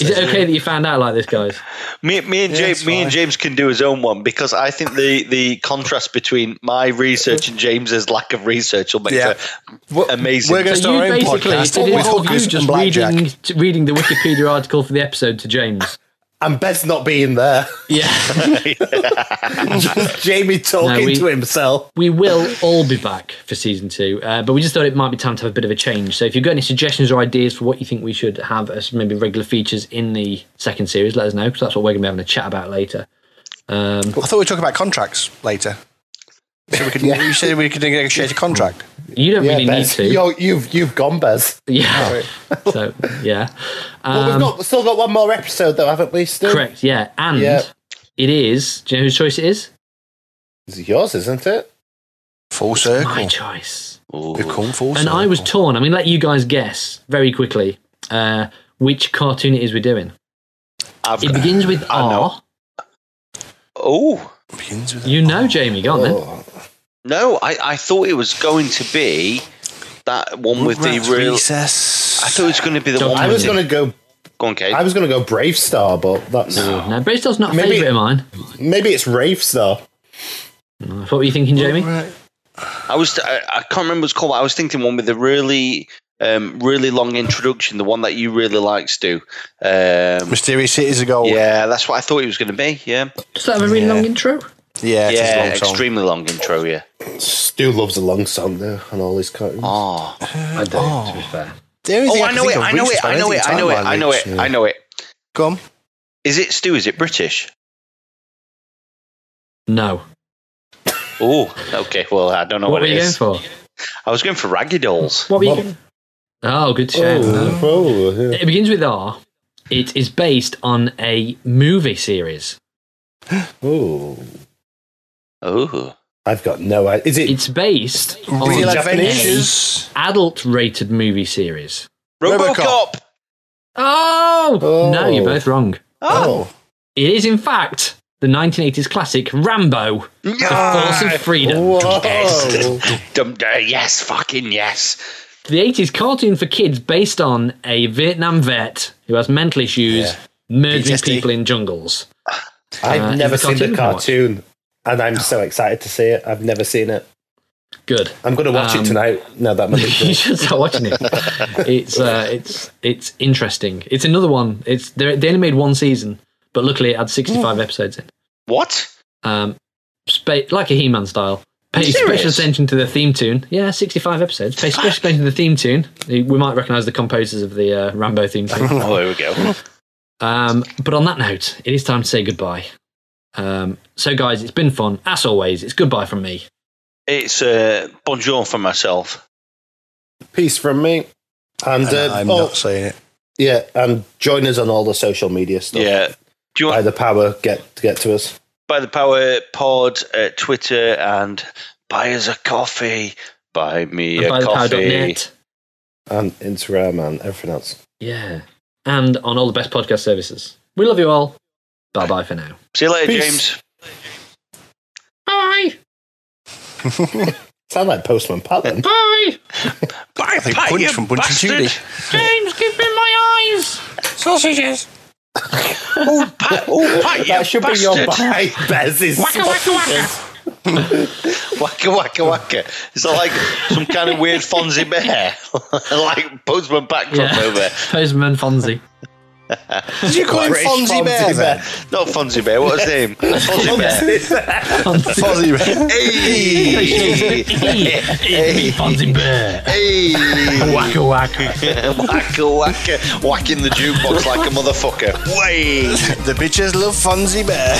A: Is it okay that you found out like this, guys?
D: Me, me and
B: Yeah,
D: James,
B: it's
D: me and
B: fine.
D: James can do his own one because I think the, the contrast between my research and James's lack of research will make
B: Yeah.
D: for amazing.
B: we're gonna
D: things.
B: start our own podcast
A: it
B: with
A: involved you
B: hookers and
A: just
B: blackjack.
A: reading, t- reading the Wikipedia article for the episode to James.
C: and Bez not
A: <laughs>
C: being there. <laughs>
A: Yeah.
C: Jamie talking
A: No, we-
C: to himself.
A: we will all be back for season two, uh, but we just thought it might be time to have a bit of a change. So if you've got any suggestions or ideas for what you think we should have as maybe regular features in the second series, let us know because that's what we're going to be having a chat about later. Um,
B: I thought we'd talk about contracts later. So we <laughs> could, You said we could negotiate a contract.
A: you don't really need
C: Bez.
A: to.
C: Yo, you've you've gone, Bez.
A: <laughs> Yeah. <laughs> so yeah.
C: But
A: Um,
C: we've got still got one more episode though, haven't we? Still,
A: Correct. Yeah, and
C: Yeah.
A: it is. Do you know whose choice it is?
C: It's yours, isn't it?
B: Full
A: My
B: circle.
A: choice.
B: We've come full
A: And
B: circle.
A: I was torn. I mean, let you guys guess very quickly uh, which cartoon it is we're doing.
D: I've-
A: It begins with
D: I know.
A: R.
D: oh
B: Begins with a-
A: You know, Jamie. Go on then.
C: Oh,
D: no, I, I thought it was going to be That one with the
B: Rugrats
D: real.
B: recess.
D: I thought it was going to be the
A: Don't
D: one.
C: I
D: with
C: was
D: the-
C: going to go.
D: Go on, Kate.
C: I was going to go Brave Star, but that's
A: No, Bristol's not a
C: Maybe-
A: favourite of mine.
C: maybe it's Rave Star.
A: What were you thinking, Jamie?
B: Right.
D: I was I, I can't remember what it's called. But I was thinking one with a really um, really long introduction, the one that you really like, Stu. Um,
B: Mysterious Cities of Gold.
D: yeah, that's what I thought it was going to be. Yeah,
A: Does that have a really
B: Yeah.
A: long intro?
B: yeah, it is a
D: yeah,
B: long song.
D: extremely long intro. Yeah.
C: Stu loves a long song there and all his cartoons.
D: Oh,
A: I do, to be fair.
B: The only
D: oh,
B: thing
D: I
B: can
D: know
B: think
D: it.
B: of
D: I know
B: Reach
D: it.
B: by
D: I
B: anything
D: know it. I
B: time
D: know it.
B: by
D: I know
B: Reach,
D: it.
B: yeah.
D: I know it.
B: Go on.
D: Is it Stu? Is it British?
A: No.
D: Oh, okay. Well, I don't know
A: What
D: what,
A: were
D: it
A: you going
D: is.
A: for?
D: I was going for Raggy Dolls.
A: What were you
C: Well-
A: going Oh, good shout.
C: Oh, oh, yeah.
A: It begins with R. It is based on a movie series.
C: oh,
D: Oh,
C: I've got no idea. Is it?
A: It's based
B: Real
A: on
C: Japanese?
B: Adventures.
A: a adult-rated movie series.
D: Robocop.
B: Robocop.
A: Oh! No,
C: Oh.
A: you're both wrong.
C: oh,
A: It is, in fact, the 1980s classic Rambo, The Force of Freedom.
C: whoa.
D: <laughs> Dum- uh, yes, fucking yes.
A: The 80s cartoon for kids based on a Vietnam vet who has mental issues
B: Yeah.
A: murdering
B: PTSD.
A: people in jungles.
C: <laughs> I've
A: Uh,
C: never
A: is the
C: seen
A: cartoon
C: the cartoon, and I'm so excited to see it. I've never seen it.
A: Good.
C: I'm going to watch
A: Um,
C: it tonight. No, that might
A: <laughs> you
C: be
A: should start watching it. It's uh, it's it's interesting. It's another one. It's they they only made one season, but luckily it had sixty five episodes in.
D: What?
A: Um, spa- like a He Man style. Pay special
D: serious?
A: attention to the theme tune. Yeah, sixty five episodes. Pay special attention to the theme tune. We might recognise the composers of the uh, Rambo theme tune.
D: Oh, there we go.
A: Um, but on that note, it is time to say goodbye. Um, so guys, it's been fun as always. It's goodbye from me.
D: It's uh, bonjour for myself.
C: peace from me. And,
B: And
C: uh,
B: I'm
C: oh,
B: not saying it.
C: yeah, and join us on all the social media stuff.
D: Yeah. Do you
C: by
D: want
C: the power, get to get to us.
D: by the power pod, uh, Twitter, and buy us a coffee. Buy me
A: And
D: a
A: by the power dot
D: coffee.
A: net.
C: and Instagram and everything else.
A: Yeah. And on all the best podcast services. We love you all. Bye bye for now.
D: See you later,
C: Peace.
D: James.
A: Bye.
C: Sound like Postman Pat then.
A: Bye.
D: Bye,
B: think Punch from Punch and Judy.
A: James, give me my eyes.
B: Sausages.
D: Oh,
C: <laughs>
D: Pat, oh, Pat, you
C: that should be your <laughs>
D: bastard.
C: bye, Bez. is-
A: Waka waka waka.
D: Waka waka waka. Is that like some kind of weird Fonzie bear? <laughs> like Postman Pat crossover.
A: <laughs> Yeah. Postman <laughs> Fonzie.
B: Did you call him
C: British
B: Fonzie Bear then?
D: Not Fonzie bear. What's
C: <laughs>
D: his name? Fonzie bear.
A: Fonzie.
B: Fonzie Bear. <laughs>
D: Hey,
A: Hey, Fonzie Bear.
D: hey,
A: Waka
D: <laughs>
A: waka.
D: waka waka, whacking the jukebox like a motherfucker. Wait.
B: The bitches love Fonzie Bear.